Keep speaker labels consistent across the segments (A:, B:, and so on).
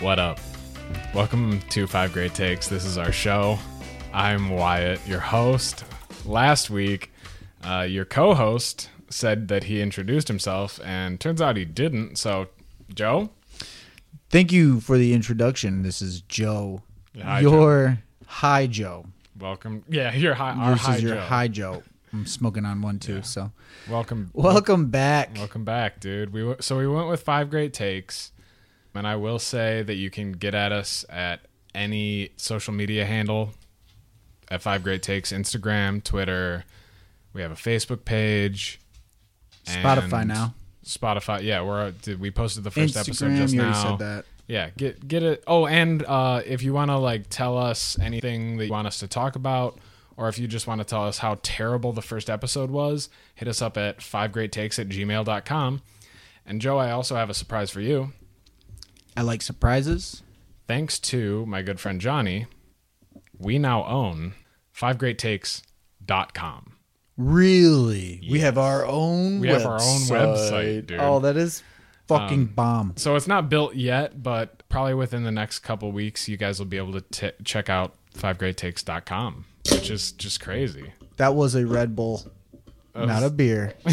A: What up? Welcome to Five Great Takes. This is our show. I'm Wyatt, your host. Last week, uh, your co host said that he introduced himself, and turns out he didn't. So, Joe?
B: Thank you for the introduction. This is Joe.
A: Hi,
B: your hi Joe.
A: Welcome. Yeah, your hi, our
B: this
A: hi,
B: is your
A: Joe.
B: hi Joe. I'm smoking on one too. So
A: Welcome.
B: welcome back.
A: Welcome back, dude. We w- so we went with five great takes, and I will say that you can get at us at any social media handle at five great takes, Instagram, Twitter. We have a Facebook page, and
B: Spotify now.
A: Spotify, yeah. We're uh, did we posted the first episode
B: Instagram,
A: just
B: you already
A: now?
B: said that.
A: Yeah, get get it. Oh, and uh, if you want to like tell us anything that you want us to talk about, or if you just want to tell us how terrible the first episode was, hit us up at five great takes at gmail.com. And Joe, I also have a surprise for you.
B: I like surprises.
A: Thanks to my good friend Johnny, we now own fivegreattakes.com.
B: Really? We have our own
A: We
B: website.
A: have our own website, dude. Um,
B: Oh, that is fucking bomb.
A: So it's not built yet, but probably within the next couple weeks, you guys will be able to t- check out fivegreattakes.com, which is just crazy.
B: That was a Red Bull. Not a beer.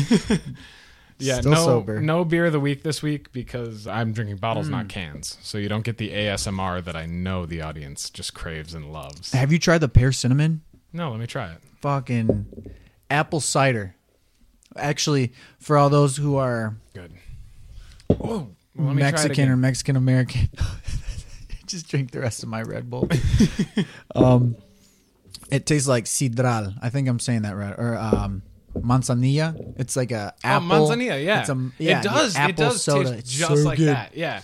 A: Yeah,
B: Still
A: no,
B: sober.
A: no beer of the week this week because I'm drinking bottles, not cans. So you don't get the ASMR that I know the audience just craves and loves.
B: Have you tried the pear cinnamon?
A: No, let me try it.
B: Fucking apple cider. Actually, for all those who are
A: Good. Oh, let me try it
B: Mexican
A: again.
B: or Mexican American. Just drink the rest of my Red Bull. um, it tastes like sidral. I think I'm saying that right. Or um, manzanilla. It's like a apple.
A: Oh, manzanilla, yeah.
B: It's a, yeah
A: it does.
B: Apple
A: it does
B: soda.
A: taste
B: It's
A: just
B: so
A: like
B: good.
A: that. Yeah.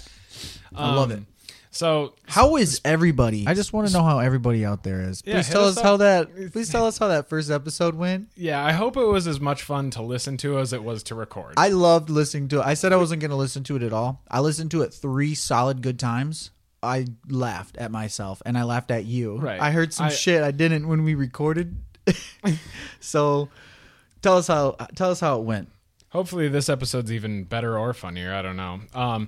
B: I love it.
A: Um, So
B: How is everybody? I just want to know how everybody out there is.
A: Yeah,
B: please
A: hit
B: tell
A: us
B: us
A: up.
B: how that. Please tell us how that first episode went.
A: yeah, I hope it was as much fun to listen to as it was to record.
B: I loved listening to it. I said I wasn't going to listen to it at all. I listened to it three solid good times. I laughed at myself and I laughed at you.
A: Right.
B: I heard some
A: I-
B: shit I didn't when we recorded. so tell us how tell us how it went.
A: Hopefully, this episode's even better or funnier. I don't know. Um,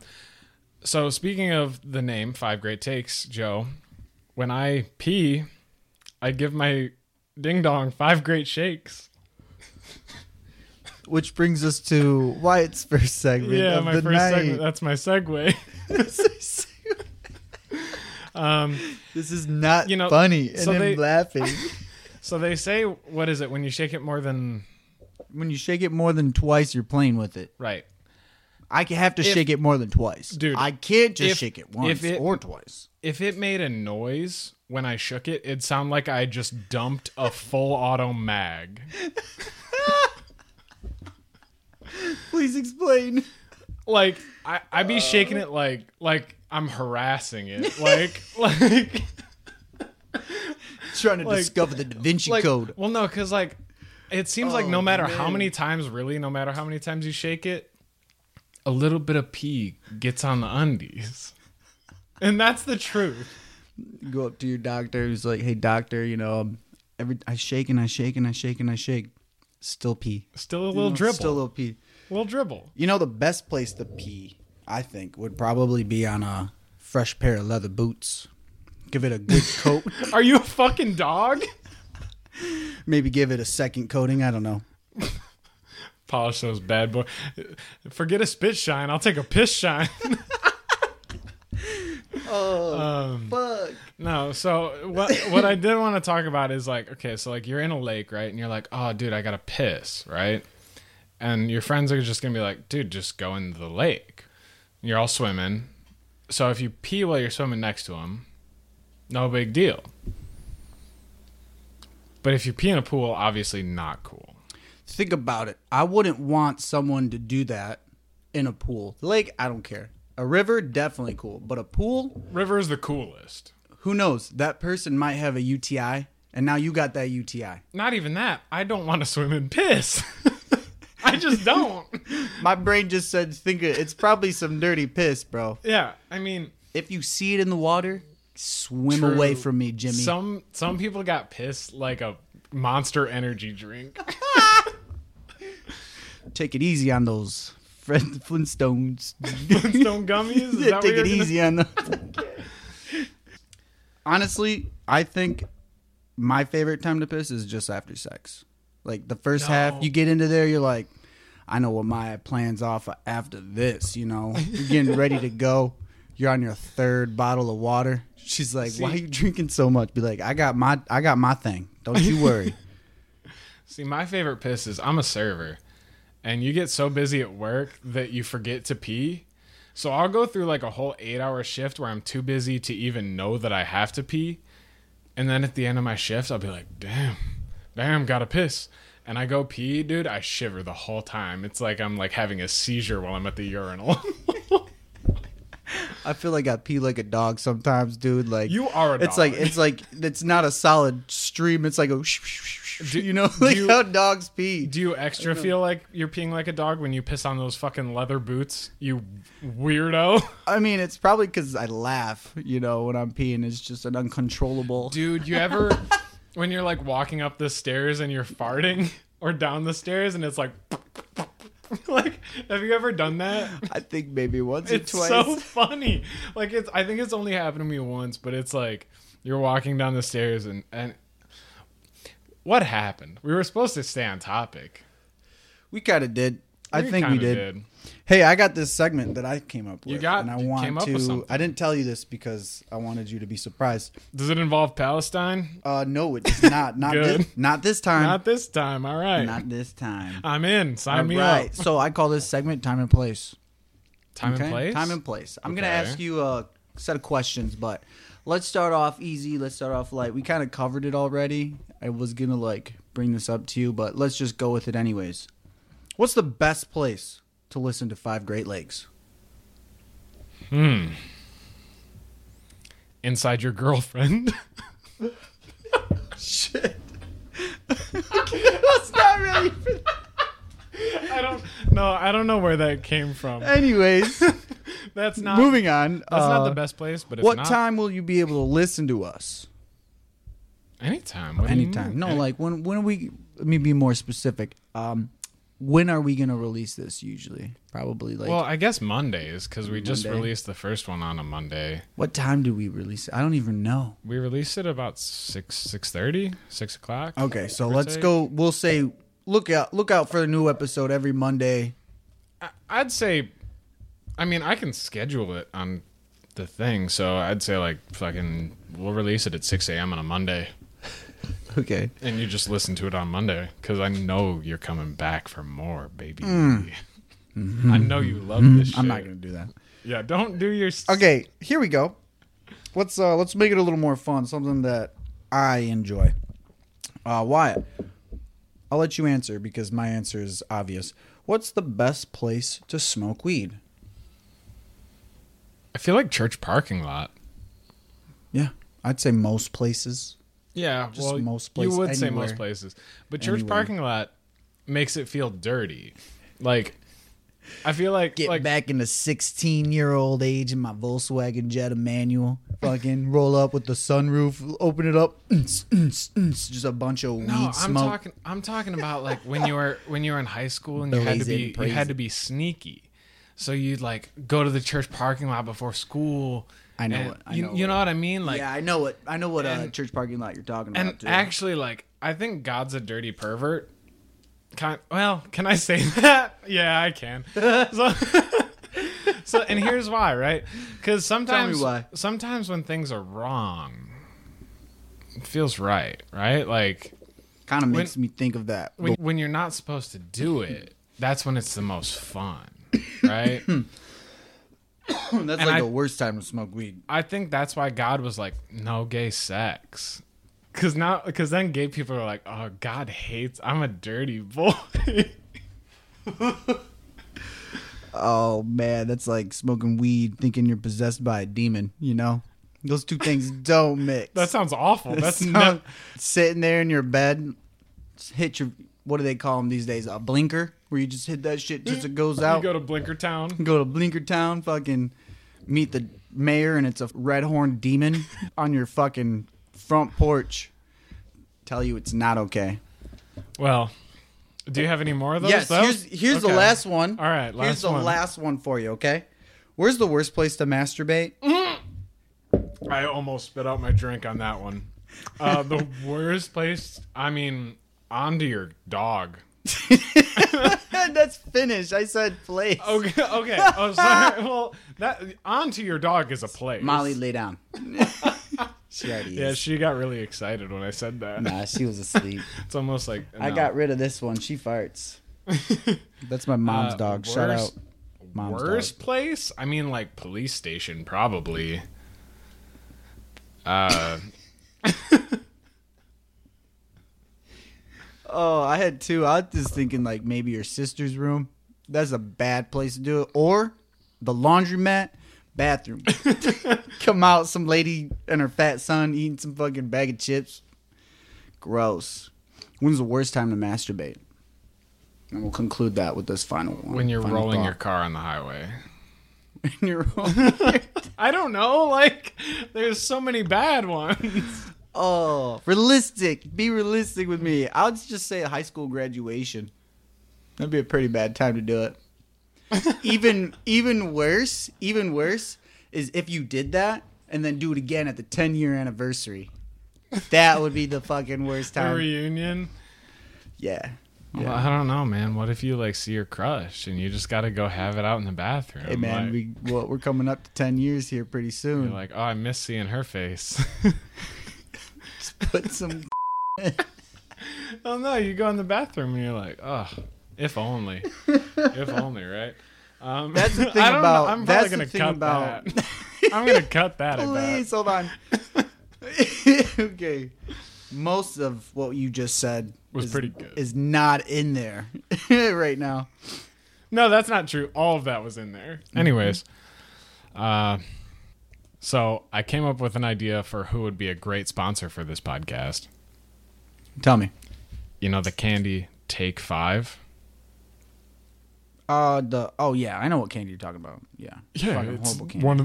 A: so, speaking of the name Five Great Takes, Joe, when I pee, I give my ding dong five great shakes.
B: Which brings us to Wyatt's first segment
A: Yeah,
B: of
A: my
B: the
A: first segment.
B: night.
A: That's my segue. Um,
B: this is not
A: You know,
B: funny.
A: so
B: and I'm
A: they-
B: laughing.
A: so they say, what is it when you shake it more than
B: when you shake it more than twice, you're playing with it.
A: right?
B: I ca- have to
A: If-
B: shake it more than twice.
A: Dude,
B: I can't just
A: if-
B: shake it
A: if
B: once
A: it-
B: or twice.
A: If it made a noise when I shook it, it'd sound like I just dumped a full auto mag.
B: Please explain.
A: like I, I be shaking it like like I'm harassing it. Like like
B: trying to
A: Like-
B: discover the Da Vinci
A: like
B: Code.
A: Well no, cause like it seems like
B: Oh,
A: no matter how
B: man.
A: many times really, no matter how many times you shake it, a little bit of pee gets on the undies. And that's the truth.
B: You go up to your doctor who's like, "Hey, doctor, you know, um, every I shake and I shake and I shake and I shake, still pee,
A: Still a
B: You
A: little
B: know,
A: dribble.
B: still a little pee."
A: little dribble.
B: You know, the best place to pee, I think, would probably be on a fresh pair of leather boots. Give it a good coat,
A: Are you a fucking dog?
B: maybe give it a second coating. I don't know.
A: Polish those bad boy. Forget a spit shine. I'll take a piss shine.
B: Oh fuck!
A: No, so what what I did want to talk about is like, okay, so like you're in a lake, right? And you're like, oh, dude, I gotta piss, right? And your friends are just gonna be like, dude, just go into the lake. And you're all swimming, so if you pee while you're swimming next to them, no big deal. But if you pee in a pool, obviously not cool.
B: Think about it. I wouldn't want someone to do that in a pool, lake. I don't care. A river, definitely cool, but a pool,
A: River is the coolest.
B: who knows? That person might have a UTI, and now you got that UTI.
A: Not even that. I don't want to swim in piss. I just don't.
B: My brain just said, "Think it, it's probably some dirty piss, bro."
A: Yeah, I mean.
B: If you see it in the water, swim
A: True.
B: away from me, Jimmy.
A: Some some people got pissed like a monster energy drink.
B: Take it easy on those Fred Flintstones.
A: Flintstone gummies. Is that what
B: Take
A: you're
B: it
A: gonna-
B: easy on them. honestly, I think my favorite time to piss is just after sex. Like the first
A: No.
B: half, you get into there, you're like, I know what my plans are for after this. You know, you're getting ready to go. You're on your third bottle of water. She's like, "Why are you drinking so much?" Be like, "I got my, I got my thing. Don't you worry."
A: See, my favorite piss is I'm a server, and you get so busy at work that you forget to pee. So I'll go through like a whole eight hour shift where I'm too busy to even know that I have to pee. And then at the end of my shift, I'll be like, damn, damn, gotta piss. And I go pee, dude, I shiver the whole time. It's like I'm like having a seizure while I'm at the urinal.
B: I feel like I pee like a dog sometimes, dude. Like
A: You are a dog.
B: It's like it's like it's not a solid stream. It's like a,
A: Do-
B: you know,
A: do
B: like
A: you-
B: how dogs pee.
A: Do you extra feel like you're peeing like a dog when you piss on those fucking leather boots, you weirdo?
B: I mean, it's probably because I laugh, you know, when I'm peeing. It's just an uncontrollable.
A: Dude, you ever when you're like walking up the stairs and you're farting or down the stairs and it's like like have you ever done that?
B: I think maybe once
A: It's
B: or twice.
A: so funny. Like it's I think it's only happened to me once, but it's like you're walking down the stairs and and what happened? We were supposed to stay on topic.
B: we kind of did. I
A: We
B: think we
A: kinda
B: did. Hey, I got this segment that I came up with.
A: You got-
B: and I
A: you
B: want
A: came up
B: to.
A: with something.
B: I didn't tell you this because I wanted you to be surprised.
A: Does it involve Palestine?
B: Uh, no, it does not. Not
A: Good.
B: this. Not this time.
A: Not this time. All right.
B: Not this time.
A: I'm in. Sign me
B: All right.
A: up.
B: So I call this segment "Time and Place."
A: Time
B: Okay?
A: and place.
B: Time and place. I'm gonna
A: Okay.
B: ask you a set of questions, but let's start off easy. Let's start off light. We kind of covered it already. I was gonna like bring this up to you, but let's just go with it anyways. What's the best place to listen to Five Great Lakes?
A: Inside your girlfriend.
B: Shit. That's not really.
A: I don't. No, I don't know where that came from.
B: Anyways,
A: That's not.
B: moving on.
A: That's not
B: uh,
A: the best place, but it's
B: What
A: not
B: time will you be able to listen to us?
A: Anytime. What do you
B: anytime.
A: mean?
B: No,
A: Any-
B: like when when are we? Let me be more specific. Um, when are we gonna release this? Usually, probably like
A: well, I guess Mondays because we just
B: Monday.
A: released the first one on a Monday.
B: what time do we release? it? I don't even know.
A: We released it about six six thirty, six o'clock.
B: Okay, so
A: give or
B: let's
A: take.
B: go. We'll say look out look out for a new episode every Monday.
A: I- I'd say. I mean, I can schedule it on the thing, so I'd say like fucking. We'll release it at six a.m. on a Monday,
B: Okay,
A: and you just listen to it on Monday because I know you're coming back for more, baby. I know you love this. Shit.
B: Hmm. Mm-hmm. I'm not gonna do that.
A: Yeah, don't do your. s-
B: Okay, here we go. Let's uh let's make it a little more fun. Something that I enjoy. Uh, Wyatt, I'll let you answer because my answer is obvious. What's the best place to smoke weed?
A: I feel like church parking lot.
B: Yeah, I'd say most places.
A: Yeah,
B: Just
A: well,
B: most
A: you
B: place-
A: would say
B: anywhere.
A: most places, but church
B: Anywhere.
A: parking lot makes it feel dirty. Like, I feel like
B: Get
A: like
B: back in the 16 year old age in my Volkswagen Jetta manual. Fucking roll up with the sunroof, open it up. Just a bunch of weed
A: no, I'm
B: smoke.
A: talking I'm talking about like when you were when you were in high school and you had to
B: Blazing
A: be you
B: praise.
A: had to be sneaky. So you'd like go to the church parking lot before school.
B: I know
A: and
B: what- I
A: you,
B: know
A: you
B: what-
A: know what I mean? Like
B: yeah, I know what I know what uh,
A: And-
B: church parking lot you're talking about.
A: and
B: dude.
A: actually like I think God's a dirty pervert. Kind well, can I say that? yeah, I can. So, so and here's why, right? Cuz sometimes
B: why.
A: sometimes when things are wrong it feels right, right? Like
B: kind of makes me think of that.
A: when, when you're not supposed to do it, that's when it's the most fun, right?
B: That's like
A: I-
B: the worst time to smoke weed.
A: I think that's why God was like, no gay sex. Cause now, cause then gay people are like, oh, God hates. I'm a dirty boy.
B: Oh man, that's like smoking weed thinking you're possessed by a demon. You know, those two things don't mix.
A: that sounds awful. That's
B: It's
A: not.
B: not sitting there in your bed. just hit your what do they call them these days? A blinker, where you just hit that shit just it goes
A: you
B: out.
A: go
B: Go
A: to Blinkertown.
B: to, Blinker Town, fucking meet the mayor, and it's a red horned demon on your fucking front porch. Tell you it's not okay.
A: Well, do you have any more of those?
B: yes,
A: though?
B: here's here's the
A: Oh, Okay.
B: last one.
A: All right,
B: here's
A: last
B: the
A: one.
B: last one for you. Okay, where's the worst place to masturbate?
A: I almost spit out my drink on that one. Uh, the worst place. I mean, onto your dog.
B: That's finished. I said place.
A: Okay. Okay. Oh, sorry. well, that onto your dog is a place.
B: Molly, lay down. she already
A: Yeah,
B: is.
A: she got really excited when I said that.
B: nah, she was asleep.
A: It's almost like
B: I
A: no.
B: got rid of this one. She farts. That's my mom's
A: Uh,
B: dog. Shout out.
A: worst-
B: Mom's
A: worst place? I mean, like police station, probably. Uh,
B: Oh, I had two. I was just thinking like maybe your sister's room. That's a bad place to do it. Or the laundromat bathroom. Come out, some lady and her fat son eating some fucking bag of chips. Gross. When's the worst time to masturbate? And we'll conclude that with this final one.
A: when you're
B: Final
A: rolling
B: thought.
A: your car on the highway.
B: When you're rolling your-
A: I don't know. Like, there's so many bad ones.
B: Oh, realistic. Be realistic with me. I'll just say high school graduation. That'd be a pretty bad time to do it. even even worse, even worse is if you did that and then do it again at the 10 year anniversary. That would be the fucking worst
A: A
B: time.
A: reunion.
B: Yeah.
A: Well, I don't know, man. What if you like see your crush and you just got to go have it out in the bathroom?
B: Hey
A: like,
B: man, we well, we're coming up to 10 years here pretty
A: you're
B: soon.
A: like, oh, I miss seeing her face.
B: Put some
A: oh no, you go in the bathroom and you're like, oh, if only, if only, right? Um,
B: That's the thing
A: I don't
B: about-
A: Know, I'm
B: that's
A: probably gonna
B: the thing
A: cut
B: about-
A: that. I'm gonna cut that. I bet.
B: Please hold on. okay. Most of what you just said
A: Was
B: is-
A: pretty good.
B: Is not in there right now.
A: No, that's not true. All of that was in there. Anyways, uh, so I came up with an idea for who would be a great sponsor for this podcast.
B: Tell me.
A: You know, the candy Take Five.
B: Uh the oh yeah, I know what candy you're talking about. Yeah. Fucking horrible candy.
A: one.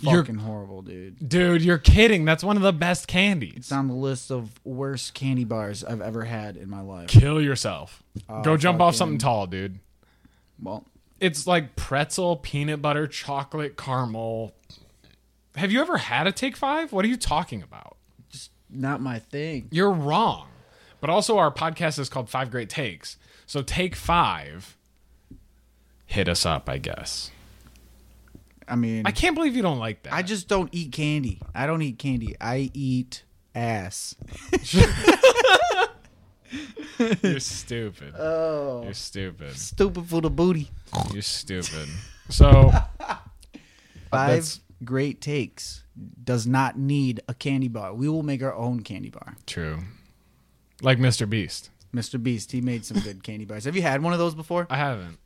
A: you're-
B: Fucking horrible, dude.
A: dude, you're kidding. That's one of the best candies.
B: It's on the list of worst candy bars I've ever had in my life.
A: Kill yourself.
B: Oh,
A: Go jump off
B: fucking-
A: something tall, dude.
B: Well,
A: It's like pretzel, peanut butter, chocolate, caramel. Have you ever had a Take Five? What are you talking about?
B: just not my thing.
A: You're wrong. But also, our podcast is called Five Great Takes. So take five. Hit us up, I guess.
B: I mean,
A: I can't believe you don't like that.
B: I just don't eat candy. I don't eat candy. I eat ass.
A: You're stupid.
B: Oh.
A: You're stupid.
B: Stupid for the booty.
A: You're stupid. So
B: Five
A: That's-
B: great takes does not need a candy bar. We will make our own candy bar.
A: true. Like Mr. Beast.
B: Mr. Beast, he made some good candy bars. Have you had one of those before?
A: I haven't.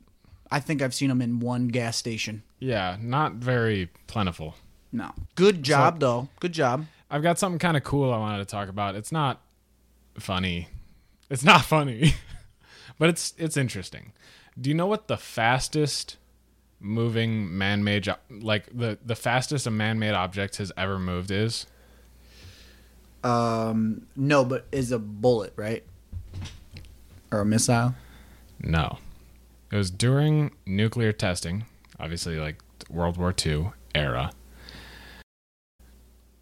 B: I think I've seen them in one gas station.
A: Yeah, not very plentiful.
B: No. Good job, though. Good job.
A: I've got something kind of cool I wanted to talk about. It's not funny. It's not funny, but it's it's interesting. Do you know what the fastest moving man-made jo- like the the fastest a man-made object has ever moved is?
B: Um, no, but is a bullet right or a missile?
A: No. It was during nuclear testing, obviously like World War II era.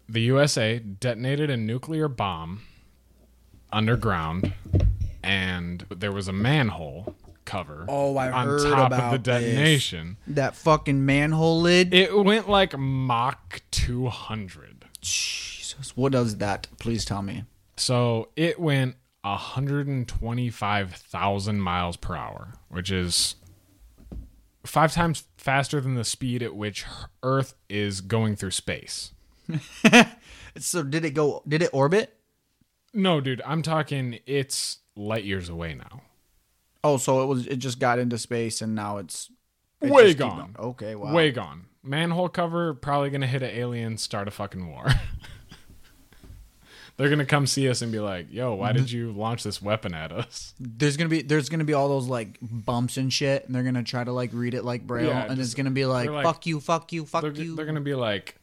A: The USA detonated a nuclear bomb underground and there was a manhole cover
B: Oh, I
A: on
B: heard
A: top
B: about
A: of the
B: this.
A: detonation.
B: That fucking manhole lid.
A: It went like Mach 200.
B: Jesus, what does that? Please tell me.
A: So it went 125,000 miles per hour, which is five times faster than the speed at which Earth is going through space.
B: So did it go? Did it orbit?
A: No, dude, I'm talking it's light years away now.
B: Oh, so it was. It just got into space and now it's it
A: Way
B: just keep
A: gone.
B: going. Okay, wow.
A: Way gone. Manhole cover, probably going to hit an alien, start a fucking war. They're going to come see us and be like, yo, why did you launch this weapon at us?
B: there's gonna be there's gonna be all those like bumps and shit, and they're gonna try to like read it like braille,
A: Yeah,
B: and it's
A: just-
B: gonna be like,
A: they're like-
B: fuck you, fuck you, fuck
A: They're,
B: you.
A: they're going to be like,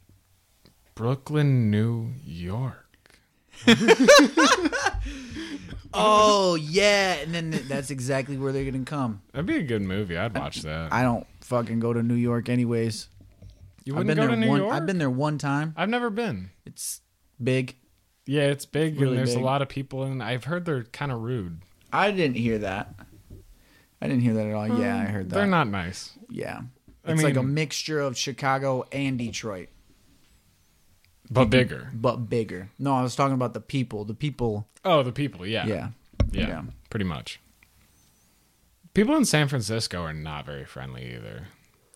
A: Brooklyn, New York.
B: oh yeah, and then th- that's exactly where they're gonna come.
A: That'd be a good movie. I'd watch that.
B: I don't fucking go to New York anyways.
A: You
B: I've
A: wouldn't
B: been
A: go
B: there
A: to New
B: one.
A: York.
B: I've been there one time.
A: I've never been.
B: It's big.
A: Yeah, it's big
B: Really
A: and there's
B: big.
A: a lot of people, and I've heard they're kind of rude.
B: I didn't hear that. I didn't hear that at all. yeah, I heard that.
A: Um, They're not nice.
B: yeah, it's
A: I
B: like a
A: mean-
B: mixture of Chicago and Detroit,
A: But bigger.
B: but bigger. No, I was talking about the people. The people.
A: Oh, the people. Yeah.
B: Yeah.
A: Yeah.
B: Yeah.
A: Pretty much. People in San Francisco are not very friendly either.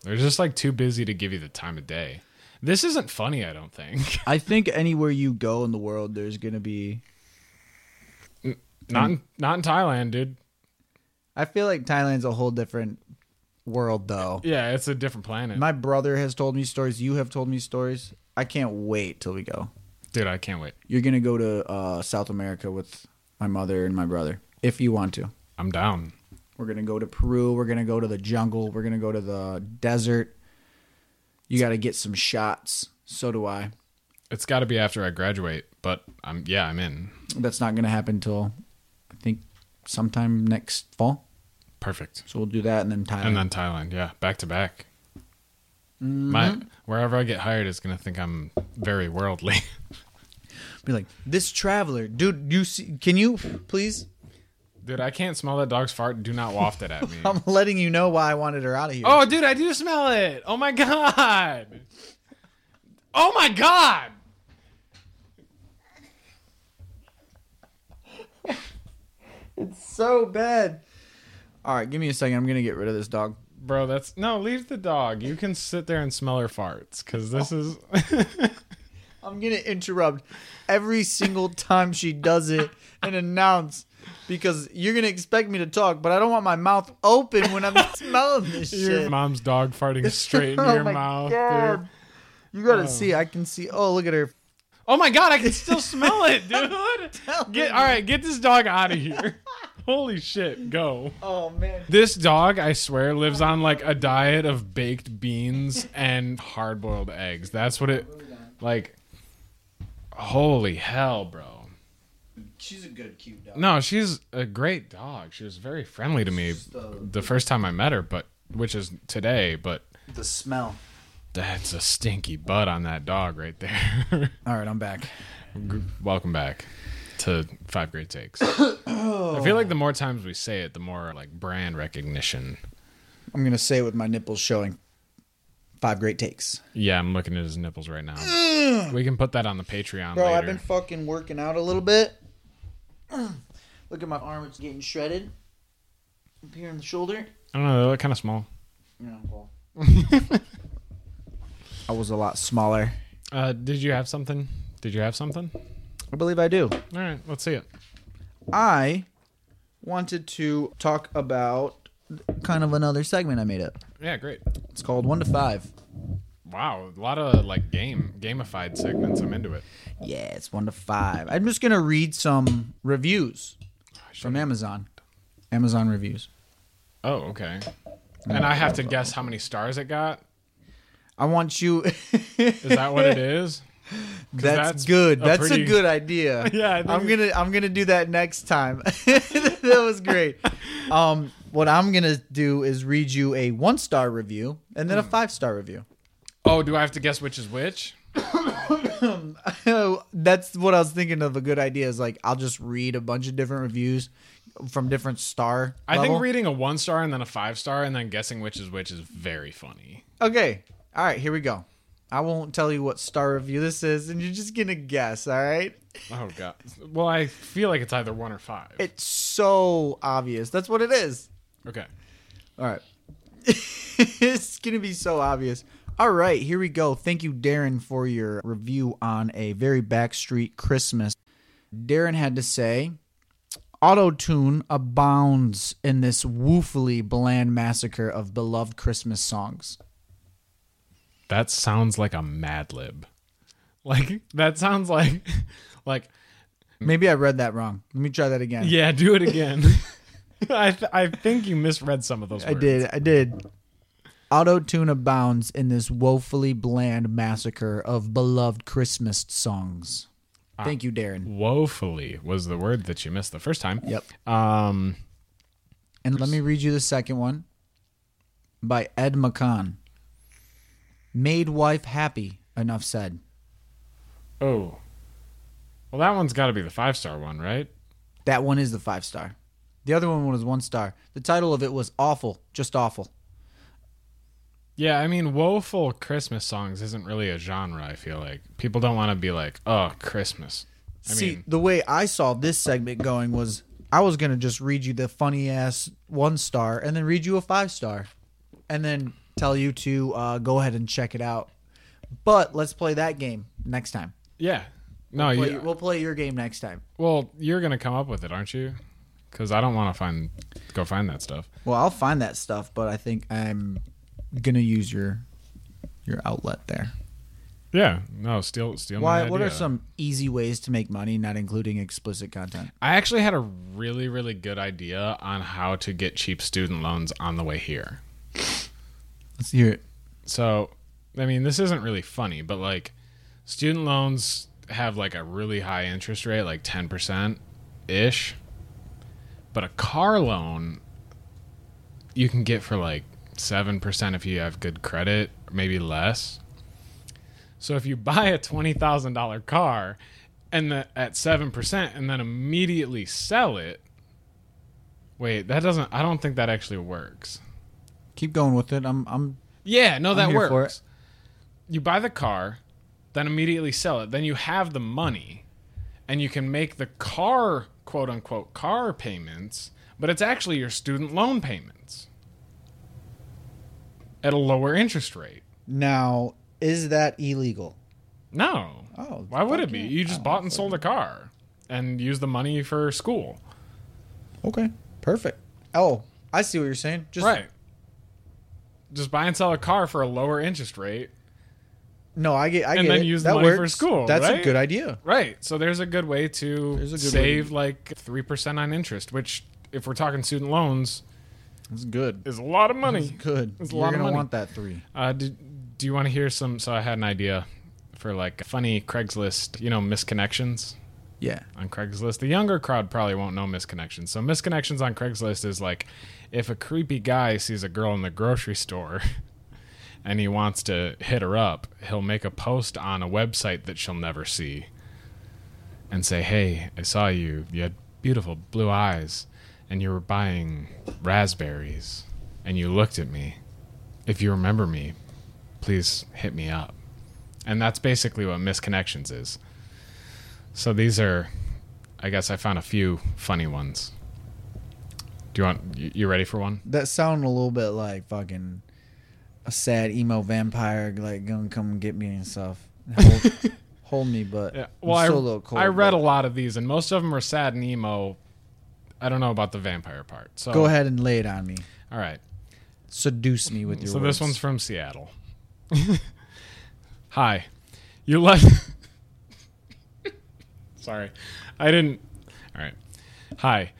A: They're just like too busy to give you the time of day. This isn't funny, I don't think.
B: I think anywhere you go in the world, there's gonna be. Mm.
A: not in, not in Thailand, dude.
B: I feel like Thailand's a whole different world, though.
A: Yeah, it's a different planet.
B: My brother has told me stories. You have told me stories. I can't wait till we go.
A: dude, I can't wait.
B: You're gonna go to uh, South America with my mother and my brother if you want to.
A: I'm down.
B: We're gonna go to Peru. We're gonna go to the jungle. We're gonna go to the desert. You got to get some shots. So do I.
A: It's got to be after I graduate, but I'm yeah, I'm in.
B: That's not gonna happen till I think sometime next fall.
A: Perfect.
B: So we'll do that and then Thailand.
A: And then Thailand, yeah, Mm-hmm. back to back. My wherever I get hired is gonna think I'm very worldly.
B: Be like this traveler, dude. You see? Can you please?
A: Dude, I can't smell that dog's fart. Do not waft it at me.
B: I'm letting you know why I wanted her out of here.
A: Oh, dude, I do smell it. Oh my god. Oh my god.
B: It's so bad. All right, give me a second. I'm gonna get rid of this dog.
A: Bro, that's no, leave the dog. You can sit there and smell her farts cuz this is
B: I'm gonna interrupt every single time she does it and announce because you're gonna expect me to talk, but I don't want my mouth open when I'm smelling this
A: your
B: shit.
A: mom's dog farting straight in
B: Oh
A: your
B: my
A: mouth.
B: God.
A: Dude.
B: You gotta see. I can see. Oh, look at her.
A: Oh my god, I can still smell it, dude.
B: telling
A: Get all right, get this dog out of here. Holy shit, go.
B: Oh man.
A: This dog, I swear, lives on like a diet of baked beans and hard boiled eggs. That's what it like. Holy hell, bro.
B: She's a good, cute dog.
A: No, she's a great dog. She was very friendly to me the first time I met her, but which is today, but
B: The smell.
A: that's a stinky butt on that dog right there.
B: All right, I'm back.
A: Gr- Welcome back to Five Great Takes. I feel like the more times we say it, the more like brand recognition.
B: I'm gonna say it with my nipples showing. Five great takes.
A: Yeah, I'm looking at his nipples right now. we can put that on the Patreon
B: Bro,
A: later.
B: I've been fucking working out a little bit. Look at my arm, it's getting shredded. Up here in the shoulder.
A: I don't know. They look kind of small.
B: Yeah, well. I was a lot smaller.
A: Uh, did you have something? Did you have something?
B: I believe I do.
A: All right, let's see it.
B: I wanted to talk about kind of another segment I made up.
A: Yeah, great.
B: It's called One to Five.
A: Wow, a lot of like game gamified segments. I'm into it.
B: Yeah, it's One to Five. I'm just going to read some reviews from Amazon. Amazon reviews.
A: Oh, okay. And I have to guess how many stars it got.
B: I want you.
A: Is that what it is?
B: That's,
A: that's
B: good.
A: a
B: that's
A: pretty-
B: a good idea.
A: Yeah, I think
B: I'm
A: it-
B: gonna I'm gonna do that next time. that was great. Um, what I'm gonna do is read you a one star review and
A: Hmm.
B: then a five star review.
A: Oh, do I have to guess which is which?
B: that's what I was thinking of. A good idea is like I'll just read a bunch of different reviews from different star.
A: I
B: level.
A: think reading a one star and then a five star and then guessing which is which is very funny.
B: okay. All right, here we go. I won't tell you what star review this is, and you're just gonna guess. All right.
A: Oh god. Well, I feel like it's either one or five.
B: It's so obvious. That's what it is.
A: Okay.
B: All right. it's going to be so obvious. All right, here we go. Thank you, Darren, for your review on a very backstreet Christmas. Darren had to say Autotune abounds in this woefully bland massacre of beloved Christmas songs.
A: That sounds like a Mad Lib. Like that sounds like, like
B: Maybe I read that wrong. Let me try that again.
A: yeah. Do it again. I th- I think you misread some of those.
B: I
A: Words.
B: did. I did. Autotune abounds in this woefully bland massacre of beloved Christmas songs. Thank you, Darren.
A: Woefully was the word that you missed the first time.
B: Yep.
A: Um.
B: And let me read you the second one by Ed McCon. Made wife happy. Enough said.
A: Oh. Well, that one's got to be the five star one, right?
B: That one is the five star. The other one was one star. The title of it was awful, just awful.
A: Yeah, I mean, woeful Christmas songs isn't really a genre, I feel like. People don't want to be like, oh, Christmas. I
B: See,
A: mean,
B: the way I saw this segment going was I was going to just read you the funny ass one star and then read you a five star and then tell you to uh, go ahead and check it out. But let's play that game next time.
A: yeah. No,
B: Play-
A: you,
B: We'll play your game next time.
A: well, you're going to come up with it, aren't you? Because I don't want to find go find that stuff.
B: Well, I'll find that stuff, but I think I'm going to use your your outlet there.
A: Yeah, no, steal steal. my
B: Why
A: idea.
B: what are some easy ways to make money not including explicit content?
A: I actually had a really really good idea on how to get cheap student loans on the way here.
B: Let's hear it.
A: So, I mean, this isn't really funny, but like student loans have like a really high interest rate, like 10% ish. But a car loan you can get for like 7% if you have good credit, maybe less. So if you buy a $20,000 car and the, at 7% and then immediately sell it, wait, that doesn't I don't think that actually works.
B: Keep going with it. I'm I'm
A: Yeah, no, that
B: here for
A: works. You buy the car, then immediately sell it. Then you have the money, and you can make the car, quote unquote, car payments, but it's actually your student loan payments at a lower interest rate.
B: Now, is that illegal?
A: No.
B: Oh,
A: Why would
B: fuck
A: it be?
B: yeah.
A: You just
B: Oh,
A: bought and sold a car and used the money for school.
B: Okay, perfect. Oh, I see what you're saying. Just
A: Right. Just buy and sell a car for a lower interest rate
B: No, I get. I
A: And
B: get
A: then
B: it.
A: use the
B: that
A: money for
B: works.
A: school,
B: That's a
A: right?
B: good idea.
A: Right. So there's a good way to
B: There's a good
A: save like three percent on interest, which if we're talking student loans,
B: That's good.
A: is a lot of money.
B: good.
A: It's a
B: you're
A: lot of
B: gonna
A: money.
B: want that three.
A: Uh, do, do you want to hear some? So I had an idea for like funny Craigslist, you know, misconnections
B: Yeah.
A: on Craigslist. The younger crowd probably won't know misconnections. So misconnections on Craigslist is like if a creepy guy sees a girl in the grocery store and he wants to hit her up, he'll make a post on a website that she'll never see and say, "Hey, I saw you. You had beautiful blue eyes and you were buying raspberries and you looked at me. If you remember me, please hit me up." And that's basically what misconnections is. So these are, I guess I found a few funny ones. Do you want? You, you ready for one?
B: That sounded a little bit like fucking a sad emo vampire, like gonna come get me and stuff. Hold, hold me, but
A: Well,
B: I'm
A: I,
B: still a little cold.
A: I read
B: but-
A: a lot of these, and most of them are sad and emo. I don't know about the vampire part. So
B: Go ahead and lay it on me.
A: All right.
B: Seduce me with your.
A: So
B: words.
A: this one's from Seattle. Hi, you left. Sorry, I didn't. All right. Hi,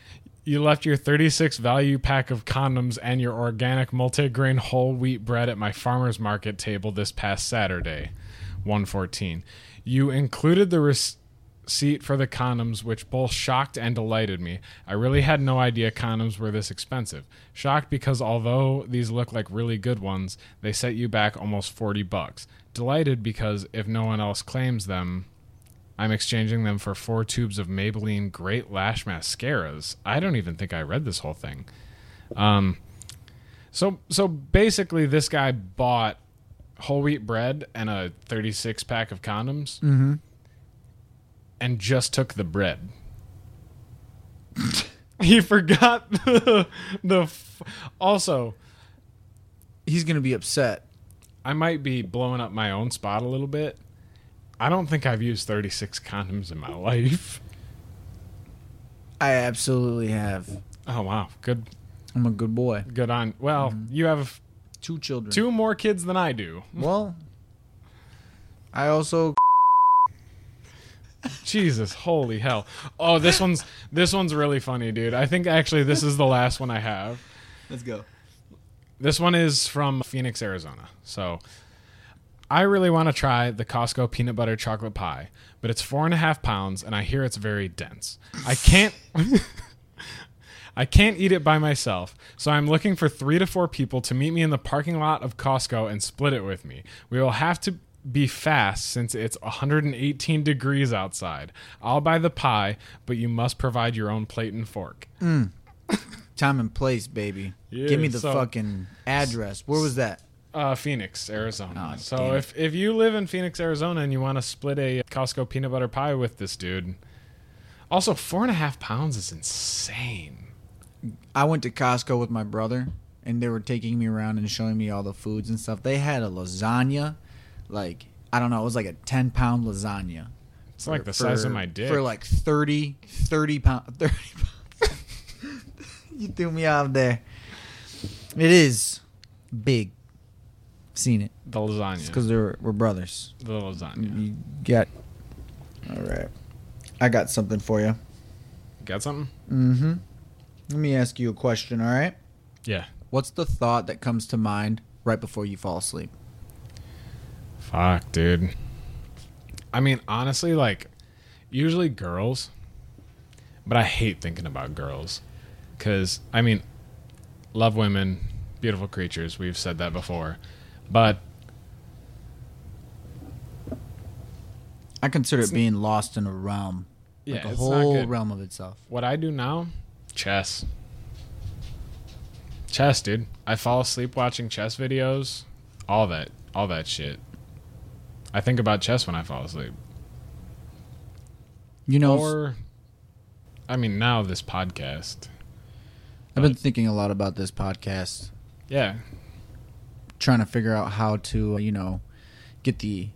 A: you left your 36 value pack of condoms and your organic multigrain whole wheat bread at my farmer's market table this past Saturday, 114. You included the receipt for the condoms, which both shocked and delighted me. I really had no idea condoms were this expensive. Shocked because although these look like really good ones, they set you back almost 40 bucks. Delighted because if no one else claims them, I'm exchanging them for four tubes of Maybelline Great Lash mascaras. I don't even think I read this whole thing. Um, so so basically, this guy bought whole wheat bread and a 36 pack of condoms, and just took the bread. he forgot the the. F- also,
B: He's gonna be upset.
A: I might be blowing up my own spot a little bit. I don't think I've used 36 condoms in my life.
B: I absolutely have.
A: Oh wow, good
B: I'm a good boy.
A: good on. Well, you have
B: Two children.
A: two more kids than I do.
B: Well, I also
A: Jesus, holy hell! Oh, this one's this one's really funny, dude. I think actually this is the last one I have.
B: let's go.
A: This one is from Phoenix, Arizona. So I really want to try the Costco peanut butter chocolate pie, but it's four and a half pounds and I hear it's very dense. I can't. I can't eat it by myself, so I'm looking for three to four people to meet me in the parking lot of Costco and split it with me. We will have to be fast since it's 118 degrees outside. I'll buy the pie, but you must provide your own plate and fork.
B: Time and place, baby.
A: Yeah,
B: Give me the
A: so-
B: fucking address. Where was that?
A: Uh, Phoenix, Arizona.
B: Aw, Ah, damn
A: so
B: it.
A: if, if you live in Phoenix, Arizona, and you want to split a Costco peanut butter pie with this dude, also four and a half pounds is insane.
B: I went to Costco with my brother, and they were taking me around and showing me all the foods and stuff. They had a lasagna, like I don't know, it was like a ten pound lasagna.
A: It's like the size of my dick.
B: For like 30, 30 pound, thirty pounds. you threw me out there. It is big. Seen it
A: the lasagna.
B: because we're, we're brothers.
A: The lasagna.
B: You got. All right, I got something for you.
A: Got something?
B: Mm-hmm. Let me ask you a question. All right.
A: Yeah.
B: What's the thought that comes to mind right before you fall asleep?
A: Fuck, dude. I mean, honestly, like, usually girls, but I hate thinking about girls. Because, I mean, love women, beautiful creatures. We've said that before. But
B: I consider it being lost in a realm, like
A: Yeah,
B: a
A: it's not
B: whole
A: good.
B: realm of itself.
A: what I do now, chess. Chess, dude. I fall asleep watching chess videos. All that. All that shit. I think about chess when I fall asleep.
B: You know,
A: Or, I mean, now this podcast.
B: I've been thinking a lot about this podcast,
A: Yeah.
B: trying to figure out how to, uh, you know, get the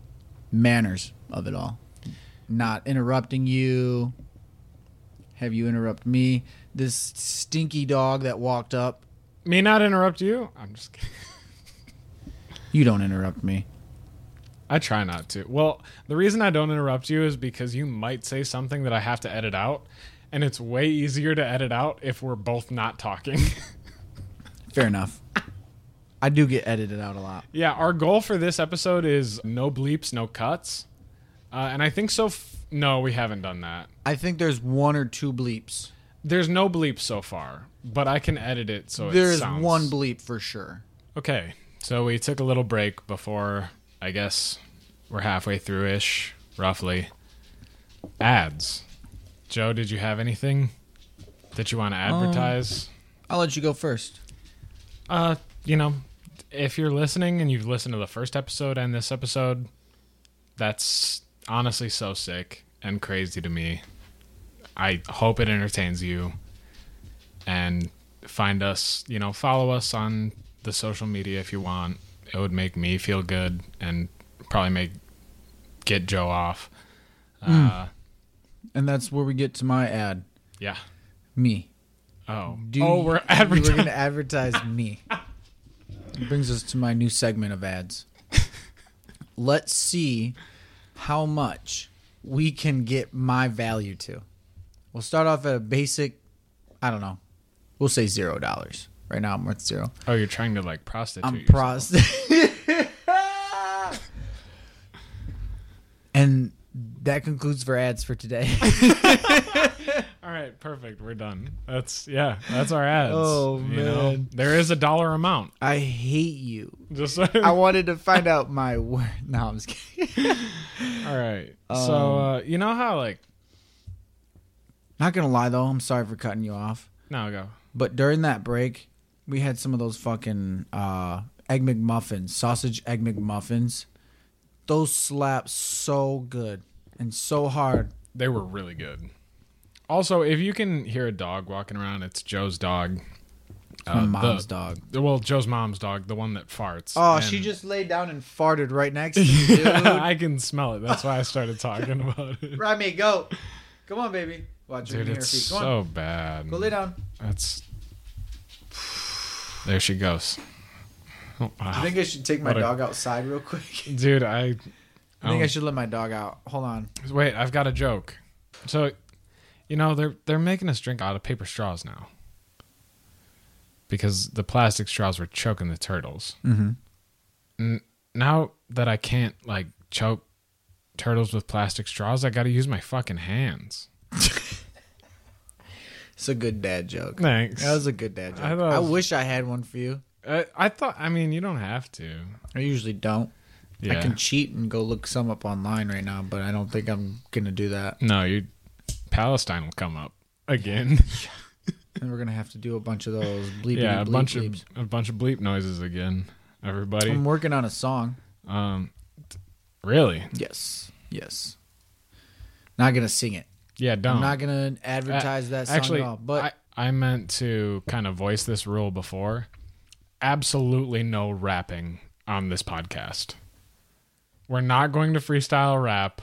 B: manners of it all. Not interrupting you. Have you interrupt me? This stinky dog that walked up.
A: Me not interrupt you? I'm just kidding.
B: You don't interrupt me.
A: I try not to. Well, the reason I don't interrupt you is because you might say something that I have to edit out, and it's way easier to edit out if we're both not talking.
B: Fair enough. I do get edited out a lot.
A: yeah, our goal for this episode is no bleeps, no cuts. Uh, and I think so. F- no, we haven't done that.
B: I think there's one or two bleeps.
A: There's no bleeps so far, but I can edit Oh, it so
B: There
A: it
B: is
A: sounds-
B: one bleep for sure.
A: Okay, so we took a little break before, I guess, we're halfway through ish, roughly. Ads. Joe, did you have anything that you want to
B: Um,
A: advertise?
B: I'll let you go first.
A: uh, you know, if you're listening and you've listened to the first episode and this episode, that's honestly so sick and crazy to me. I hope it entertains you. And find us, you know, follow us on the social media if you want. It would make me feel good and probably make get Joe off. Uh,
B: And that's where we get to my ad.
A: yeah.
B: Me.
A: Oh.
B: Do
A: oh,
B: you-
A: we're
B: We're
A: advertising.
B: going to advertise me. It brings us to my new segment of ads. Let's see how much we can get my value to. We'll start off at a basic, I don't know, we'll say zero dollars. Right now I'm worth zero.
A: Oh, you're trying to like prostitute.
B: I'm
A: yourself.
B: prost. and that concludes for ads for today.
A: All right, perfect. We're done. That's yeah. That's our ads.
B: Oh, man.
A: there is a dollar amount.
B: I hate you.
A: Just
B: I
A: all
B: wanted to find out my word. No, I'm just kidding.
A: right.
B: Um,
A: so uh, you know how like
B: Not gonna lie though, I'm sorry for cutting you off.
A: now go.
B: But during that break, we had some of those fucking uh, egg McMuffins, sausage egg McMuffins. Those slap so good and so hard.
A: They were really good. Also, if you can hear a dog walking around, it's Joe's dog.
B: It's my
A: Uh,
B: mom's
A: the-
B: dog.
A: Well, Joe's mom's dog, the one that farts.
B: Oh,
A: And-
B: she just laid down and farted right next to me, dude.
A: I can smell it. That's why I started talking about it.
B: Ride me, go. Come on, baby. Watch her
A: Dude,
B: in her
A: it's
B: feet. Come on,
A: so bad.
B: go lay down.
A: That's. There she goes. Oh,
B: I
A: wow.
B: think I should take my
A: What a-
B: dog outside real quick.
A: Dude, I.
B: I think
A: Oh.
B: I should let my dog out. Hold on.
A: Wait, I've got a joke. So, you know, they're they're making us drink out of paper straws now. Because the plastic straws were choking the turtles.
B: Mm-hmm.
A: N- now that I can't like choke turtles with plastic straws, I got to use my fucking hands.
B: It's a good dad joke.
A: Thanks.
B: That was a good dad joke.
A: I
B: I,
A: thought it was-
B: wish I had one for you.
A: I, Uh, I thought. I mean, you don't have to.
B: I usually don't.
A: Yeah.
B: I can cheat and go look some up online right now, but I don't think I'm gonna do that.
A: No, you. Palestine will come up again.
B: And we're gonna have to do a bunch of those bleepy
A: yeah, a
B: bleep
A: bunch
B: bleeps.
A: of a bunch of bleep noises again. Everybody.
B: I'm working on a song.
A: Um, t- really?
B: Yes. Yes. Not gonna sing it.
A: Yeah. Don't.
B: I'm not gonna advertise that song
A: Actually,
B: at all. But
A: I, I meant to kind of voice this rule before. Absolutely no rapping on this podcast. We're not going to freestyle rap.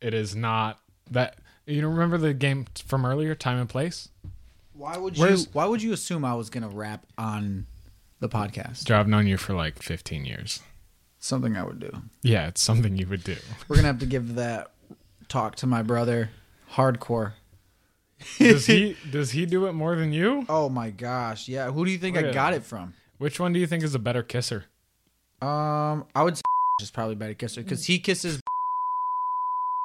A: It is not that you remember the game from earlier, time and place.
B: why would you
A: Where's-
B: why would you assume I was gonna rap on the podcast?
A: Joe, I've known you for like 15 years.
B: Something I would do.
A: Yeah, it's something you would do.
B: We're gonna have to give that talk to my brother. Hardcore.
A: Does he does he do it more than you?
B: Oh my gosh. Yeah. Who do you think I
A: Really?
B: got it from?
A: Which one do you think is a better kisser?
B: Um, I would say is probably better kisser because he kisses.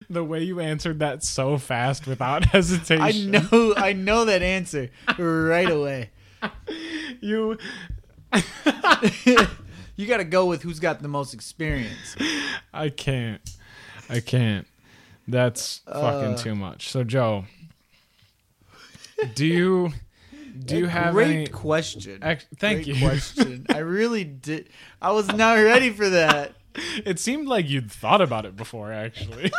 A: The way you answered that so fast without hesitation.
B: I know. I know that answer right away.
A: You
B: you got to go with who's got the most experience.
A: I can't. I can't. That's
B: Uh.
A: fucking too much. So Joe, do you do you have
B: Great
A: any
B: question.
A: Ac- thank
B: Great
A: you.
B: Question. I really did. I was not ready for that.
A: It seemed like you'd thought about it before actually.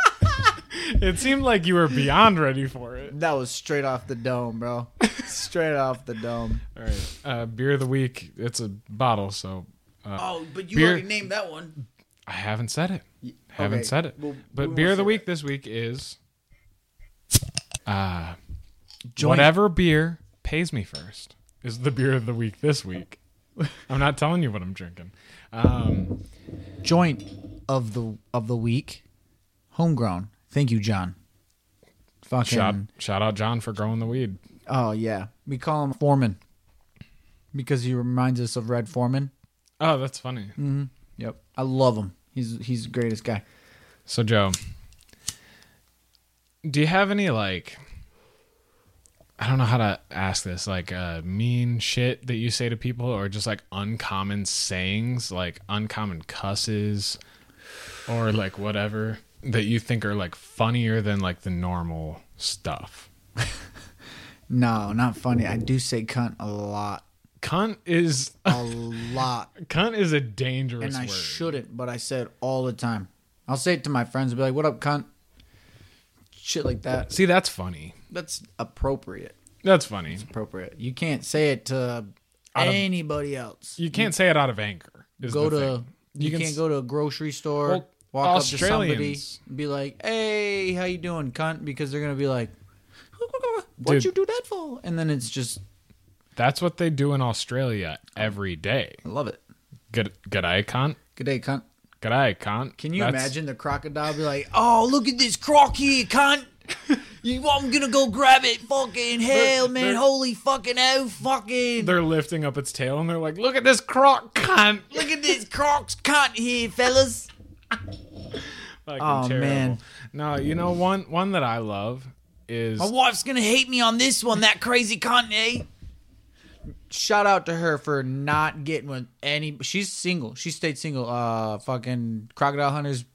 A: it seemed like you were beyond ready for it.
B: That was straight off the dome, bro. Straight off the dome.
A: All right. Uh beer of the week, it's a bottle, so uh,
B: Oh, but you
A: Beer- already
B: named that one.
A: I haven't said it. Haven't said it.
B: well, we
A: but
B: won't
A: beer of the
B: say
A: week this week is uh
B: Joint.
A: whatever beer pays me first is the beer of the week this week. I'm not telling you what I'm drinking. Um,
B: Joint of the of the week, homegrown. Thank you, John. Fucking
A: shout shout out John for growing the weed.
B: Oh yeah, we call him Foreman because he reminds us of Red Foreman.
A: Oh, that's funny.
B: Yep, I love him. He's he's the greatest guy.
A: So Joe, do you have any like I don't know how to ask this, like uh mean shit that you say to people or just like uncommon sayings, like uncommon cusses or like whatever that you think are like funnier than like the normal stuff.
B: No, not funny. I do say cunt a lot,
A: Cunt is
B: a lot,
A: cunt is a dangerous
B: and I
A: word.
B: shouldn't, but I say it all the time. I'll say it to my friends, be like, "What up, cunt?" Shit like that.
A: See, that's funny.
B: That's appropriate.
A: That's funny.
B: Appropriate. You can't say it to
A: Out of-
B: anybody else.
A: You can't say it out of anger. is
B: go
A: the
B: to
A: thing.
B: you,
A: can
B: can't
A: s-
B: go to a grocery store
A: Well,
B: walk up to
A: Australians-
B: somebody and be like hey how you doing cunt because they're gonna be like what'd
A: Dude.
B: you do that for and then it's just
A: That's what they do in Australia every day.
B: i love it
A: Good, good icon.
B: good day cunt
A: Good icon.
B: can you
A: That's-
B: imagine the crocodile be like oh look at this croc here cunt you, i'm gonna go grab it fucking hell man
A: they're-
B: holy fucking oh fucking
A: They're lifting up its tail and they're like, "Look at this croc cunt!"
B: look at this croc's cunt here fellas
A: Fucking
B: Oh,
A: terrible.
B: man.
A: No, you know one one that I love is
B: My wife's gonna hate me on this one, that crazy cunt, eh? Shout out to her for not getting with any. She's single. She stayed single. Uh, fucking crocodile hunter's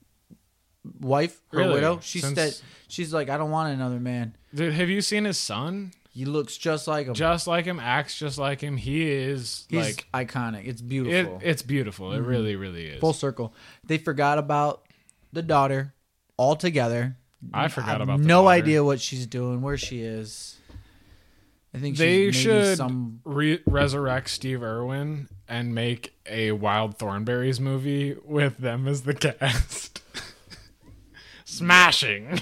B: wife, her
A: Really?
B: widow. She
A: Since-
B: said she's like, I don't want another man.
A: dude. Have you seen his son?
B: He looks just like him.
A: Just like him, acts just like him. He is
B: He's
A: like
B: iconic. It's
A: it.
B: beautiful. Mm-hmm.
A: It's beautiful. It really, really is.
B: Full circle. They forgot about the daughter altogether.
A: I forgot
B: I've
A: about the
B: no
A: daughter.
B: idea what she's doing, where she is. I think she's
A: They
B: maybe
A: should
B: some
A: re- resurrect Steve Irwin and make a Wild Thornberries movie with them as the cast. Smashing.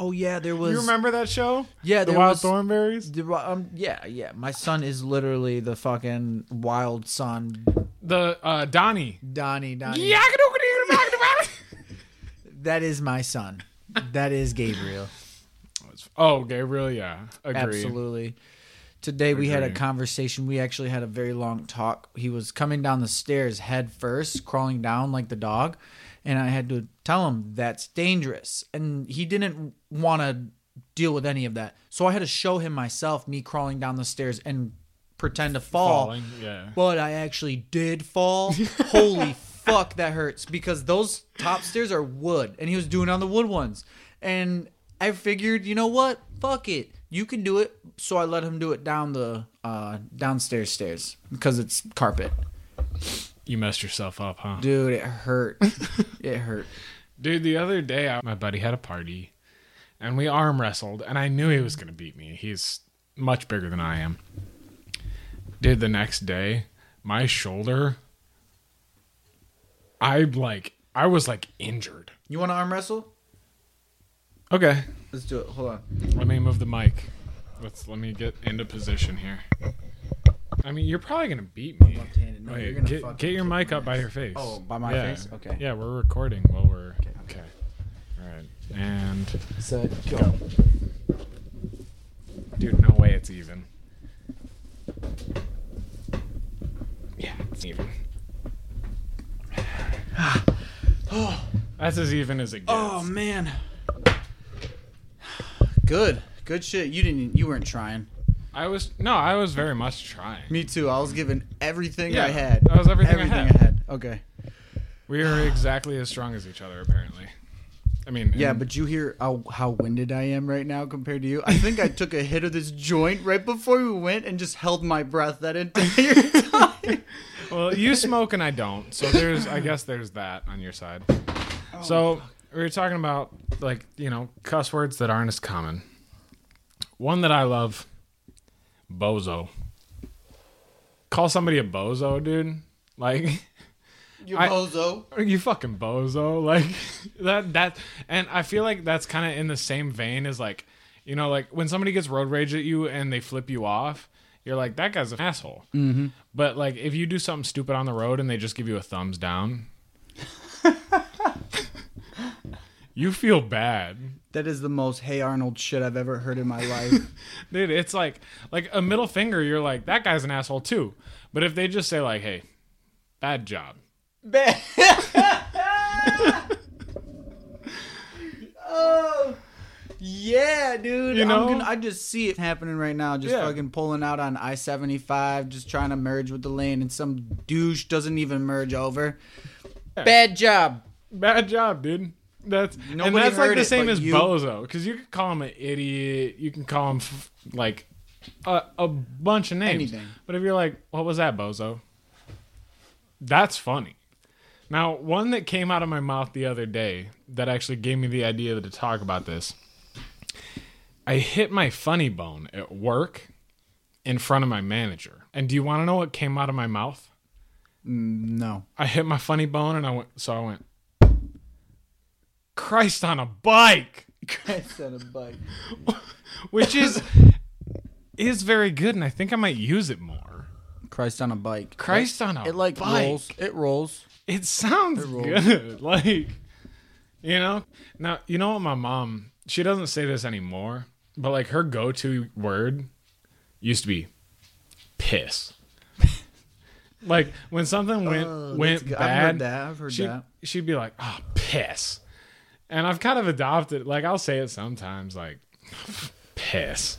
B: Oh yeah, there was.
A: You remember that show?
B: Yeah,
A: the
B: there
A: Wild
B: was-
A: Thornberries.
B: The, um, yeah, yeah. My son is literally the fucking wild son,
A: The uh, Donnie.
B: Donnie. Donnie.
A: oh,
B: That is my son. That is Gabriel.
A: Gabriel. Oh, Yeah, agree.
B: Absolutely. Today we had a
A: Agree.
B: conversation. We actually had a very long talk. He was coming down the stairs head first, crawling down like the dog, and I had to tell him that's dangerous. And he didn't want to
C: deal with any of that. So I had to show him myself, me crawling down the stairs and pretend to fall.
A: Falling, yeah.
C: But I actually did fall. Holy fuck, that hurts because those top stairs are wood, and he was doing it on the wood ones. And I figured, you know what? Fuck it. You can do it. So I let him do it down the uh, downstairs stairs because it's carpet.
A: You messed yourself up, huh?
C: Dude, it hurt. it hurt.
A: Dude, the other day, I, my buddy had a party, and we arm wrestled, and I knew he was gonna beat me. He's much bigger than I am. Dude, the next day, my shoulder, I like, I was like injured.
C: You want to arm wrestle?
A: Okay,
C: Let's do it. Hold on.
A: let me move the mic. Let's let me get into position here. I mean, you're probably gonna beat me.
C: Left-handed. No,
A: Wait,
C: you're gonna fucking
A: get, get your
C: kick
A: mic
C: my
A: up by
C: ass.
A: your face.
C: Oh, by my
A: Yeah.
C: face? Okay.
A: Yeah, we're recording while we're okay. okay. All right, and.
C: So go.
A: Dude, no way it's even. Yeah, it's even. That's as even as it gets.
C: Oh man. Good.
B: Good shit. You didn't. You weren't trying.
A: I was no, I was very much trying.
B: Me too. I was giving everything
A: Yeah,
B: I had.
A: that was everything I had.
B: Okay.
A: We were exactly as strong as each other, apparently. I mean,
B: Yeah,
A: and-
B: but you hear how, how winded I am right now compared to you. I think I took a hit of this joint right before we went and just held my breath that entire time.
A: well, you smoke and I don't, so there's, I guess, there's that on your side. so we were talking about like you know cuss words that aren't as common. One that I love, bozo. Call somebody a bozo, dude. Like
B: you
A: I-
B: bozo.
A: you fucking bozo. Like that that, and I feel like that's kind of in the same vein as like you know like when somebody gets road rage at you and they flip you off. You're like that guy's an asshole, mm-hmm. but like if you do something stupid on the road and they just give you a thumbs down, you feel bad.
B: That is the most hey Arnold shit I've ever heard in my life.
A: Dude, it's like like a middle finger. You're like that guy's an asshole too. But if they just say like, "Hey, bad job,"
B: oh, yeah, dude.
A: You know?
B: I'm gonna, I just see it happening right now. Just
A: Yeah.
B: fucking pulling out on I 75, just trying to merge with the lane, and some douche doesn't even merge over. Bad job.
A: bad job, dude. That's and
B: Nobody
A: that's like
B: heard
A: the
B: it,
A: same
B: but
A: as
B: you-
A: bozo because you can call him an idiot. You can call him f- like a, a bunch of names.
B: Anything.
A: But if you're like, "What was that, bozo?" That's funny. Now, one that came out of my mouth the other day that actually gave me the idea to talk about this. I hit my funny bone at work in front of my manager. And do you want to know what came out of my mouth?
B: No.
A: I hit my funny bone and I went, so I went, Christ on a bike,
B: I said a bike.
A: which is, is very good. And I think I might use it more.
B: Christ on a bike.
A: Christ on a
B: It like
A: bike.
B: rolls. It rolls.
A: It sounds
B: rolls.
A: good. Like, you know, now, you know what my mom, she doesn't say this anymore, but like her go to word used to be piss. like when something went, went
B: Oh, good.
A: bad,
B: I've heard that. I've heard
A: she,
B: that.
A: She'd be like, oh, piss. And I've kind of adopted, like, I'll say it sometimes, like, piss.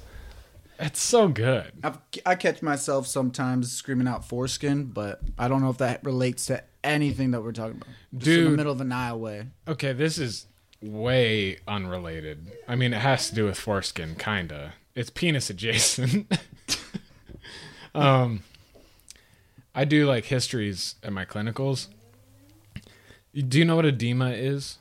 A: It's so good.
B: I've, I catch myself sometimes screaming out foreskin, but I don't know if that relates to anything that we're talking about. Just in the
A: Dude.
B: middle of an aisle way.
A: Okay, this is way unrelated. I mean, it has to do with foreskin, kinda. It's penis adjacent. um, I do like histories at my clinicals. Do you know what edema is?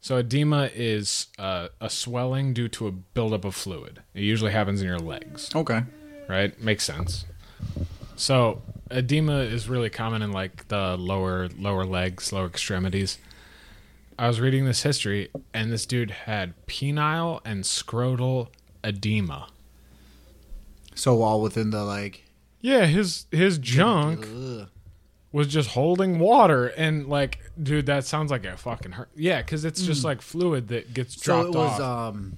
A: So edema is uh, a swelling due to a buildup of fluid. It usually happens in your legs
B: Okay.
A: right? Makes sense. So edema is really common in like the lower lower legs, lower extremities. I was reading this history, and this dude had penile and scrotal edema.
B: So all within the like.
A: Yeah, his his junk
B: Ugh.
A: was just holding water, and like, dude, that sounds like a fucking hurt. Yeah, because it's just like fluid that gets
B: Mm. So
A: dropped
B: it was
A: off.
B: um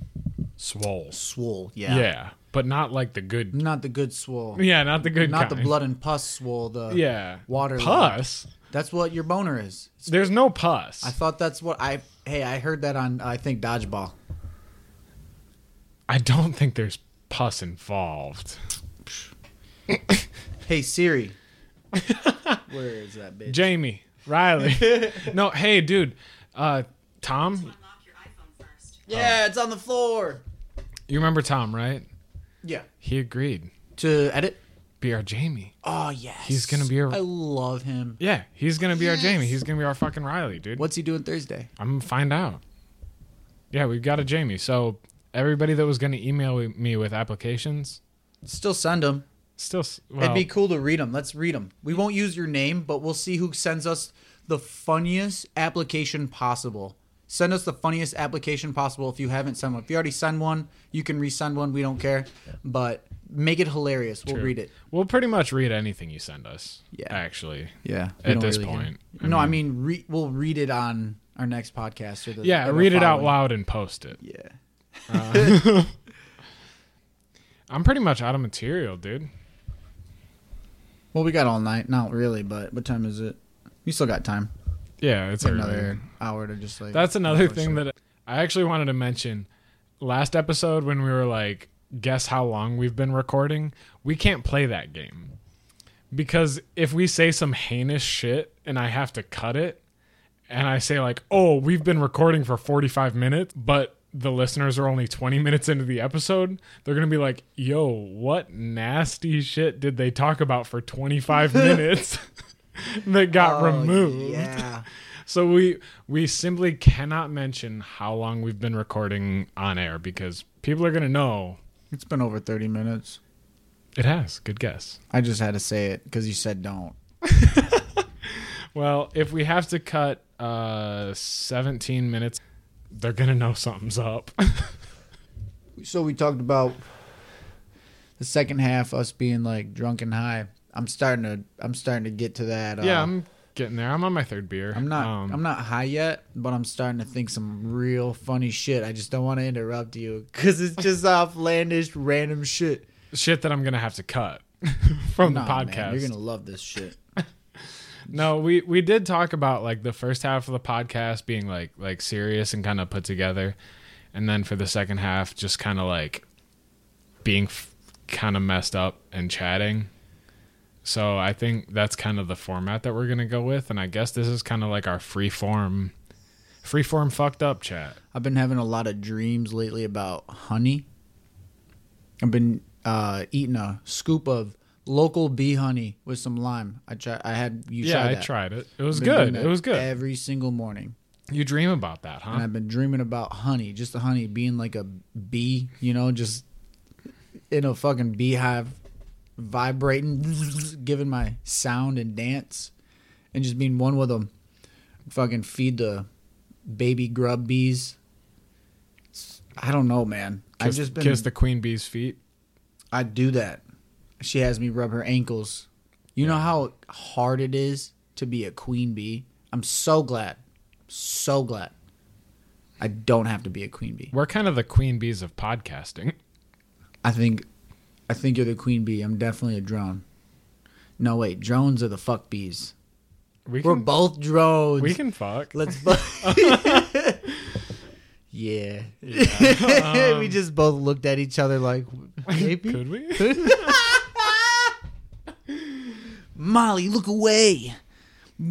A: Swole.
B: swole. Yeah.
A: Yeah. but not like the good.
B: Not the good swole.
A: Yeah, not the good.
B: Not the
A: kind.
B: blood and pus swole. The
A: Yeah,
B: Water
A: pus.
B: That's what your boner is.
A: There's no pus.
B: I thought that's what I. Hey, I heard that on I think dodgeball.
A: I don't think there's pus involved.
B: Hey Siri. Where is that bitch?
A: Jamie, Riley. no, hey, dude, uh, Tom.
D: Unlock your iPhone first.
A: Oh.
B: Yeah, it's on the floor.
A: You remember Tom, right?
B: Yeah.
A: He agreed.
B: To edit.
A: Be our Jamie.
B: Oh yes.
A: He's gonna be our-
B: I love him.
A: Yeah, he's gonna be our Jamie. He's gonna be our fucking Riley, dude.
B: What's he doing Thursday?
A: I'm gonna find out. Yeah, we've got a Jamie. So everybody that was gonna email me with applications,
B: Still send him.
A: still, s- well,
B: It'd be cool to read them. Let's read them. We won't use your name, but we'll see who sends us the funniest application possible. Send us the funniest application possible if you haven't sent one. If you already sent one, you can resend one. We don't care. But make it hilarious. We'll
A: True.
B: read it.
A: We'll pretty much read anything you send us.
B: Yeah.
A: actually.
E: Yeah.
A: At this point.
B: no, I mean, re- we'll read it on our next podcast. Or the,
A: Yeah,
B: or the
A: read it out
B: following.
A: loud and post it.
E: Yeah.
A: I'm pretty much out of material, dude.
B: Well, we got all night. Not really, but what time is it? We still got time.
A: Yeah, it's
B: Another
A: another.
B: hour to just like.
A: That's another thing that I actually wanted to mention. Last episode, when we were like, guess how long we've been recording, we can't play that game. Because if we say some heinous shit and I have to cut it, and I say, like, oh, we've been recording for 45 minutes, but the listeners are only 20 minutes into the episode, they're going to be like, yo, what nasty shit did they talk about for 25 minutes that got
B: Oh,
A: removed?
B: Yeah.
A: So we we simply cannot mention how long we've been recording on air because people are gonna know
B: It's been over 30 minutes.
A: it has. Good guess.
B: I just had to say it because you said don't.
A: Well, if we have to cut uh, 17 minutes, they're gonna know something's up.
B: So we talked about the second half, us being like drunk and high. I'm starting to, I'm starting to get to that. Uh,
A: yeah, I'm getting there. Um, I'm on my third beer. Um,
B: I'm not, I'm not high yet, but I'm starting to think some real funny shit. I just don't want to interrupt you because it's just outlandish, random shit.
A: shit that I'm gonna have to cut from
B: Nah,
A: the
B: man,
A: podcast.
B: you're gonna love this shit.
A: No, we we did talk about like the first half of the podcast being like like serious and kind of put together, and then for the second half, just kind of like being f- kind of messed up and chatting. So I think that's kind of the format that we're gonna go with, and I guess this is kind of like our free form, free form fucked up chat.
B: I've been having a lot of dreams lately about honey. I've been uh, eating a scoop of local bee honey with some lime. I try. I had you.
A: yeah,
B: tried
A: I
B: that.
A: tried it. It was
B: Been doing
A: good.
B: that
A: It was good.
B: Every single morning.
A: you dream about that,
B: And
A: huh?
B: I've been dreaming about honey, just the honey being like a bee, you know, just in a fucking beehive vibrating, giving my sound and dance, and just being one with them. Fucking feed the baby grub bees. It's- I don't know, man. I've
A: Kiss-
B: just been.
A: kiss the queen bee's feet.
B: I do that. She has me rub her ankles. You know how hard it is to be a queen bee? I'm so glad. So glad. I don't have to be a queen bee.
A: We're kind of the queen bees of podcasting.
B: I think I think you're the queen bee. I'm definitely a drone. No wait, drones are the fuck bees.
A: We
B: We're
A: can
B: both drones.
A: we can fuck.
B: Let's both Yeah. we just both looked at each other like maybe
A: Could we?
B: Molly, look away.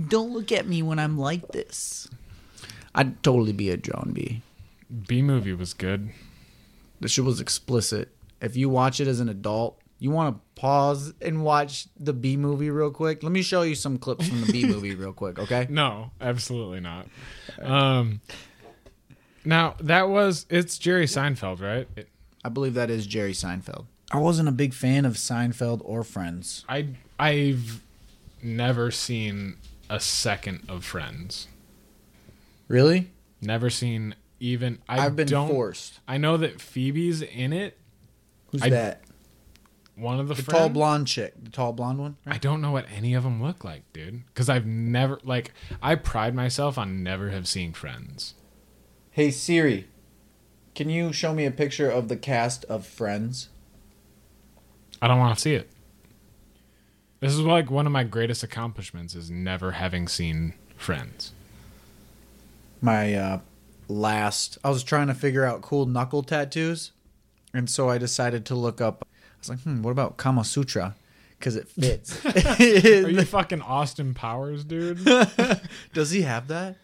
B: Don't look at me when I'm like this. I'd totally be a drone bee.
A: B movie was good.
B: The shit was explicit. If you watch it as an adult, you want to pause and watch the B movie real quick. Let me show you some clips from the B movie real quick, okay?
A: No, absolutely not. Um, now that was it's Jerry Seinfeld, right?
B: I believe that is Jerry Seinfeld. I wasn't a big fan of Seinfeld or Friends.
A: I I've never seen a second of Friends.
B: Really?
A: Never seen even. I
B: I've been
A: don't,
B: forced.
A: I know that Phoebe's in it.
B: Who's
A: I-
B: that?
A: One of the,
B: The
A: friends.
B: tall blonde chick. The tall blonde one?
A: I don't know what any of them look like, dude. Because I've never like I pride myself on never have seen Friends.
B: Hey Siri, can you show me a picture of the cast of Friends?
A: I don't want to see it. This is like one of my greatest accomplishments is never having seen Friends.
B: my uh last I was trying to figure out cool knuckle tattoos And so I decided to look up. I was like, hmm, what about Kama Sutra? Because it fits. It-
A: Are you fucking Austin Powers, dude?
B: Does he have that?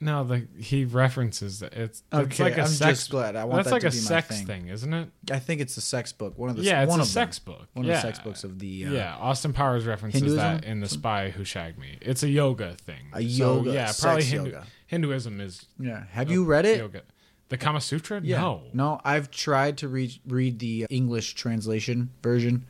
A: No, the he references that it's it's
B: Okay,
A: like a
B: I'm
A: sex.
B: just glad. I want
A: that's
B: that
A: like
B: to
A: a
B: be my
A: sex
B: thing.
A: isn't it?
B: I think it's a sex book. One of the
A: yeah, it's
B: one
A: a
B: of them.
A: sex book.
B: One
A: yeah.
B: of the sex books of the uh,
A: yeah, Austin Powers references that
F: Hinduism?
A: in The Spy Who Shagged Me. It's a yoga thing.
F: A yoga,
A: yeah,
F: sex
A: probably Hindu-
F: yoga.
A: Hinduism is
B: yeah. Have you read it?
A: yoga. The Kama Sutra?
B: Yeah.
A: No.
B: No, I've tried to read read the English translation version.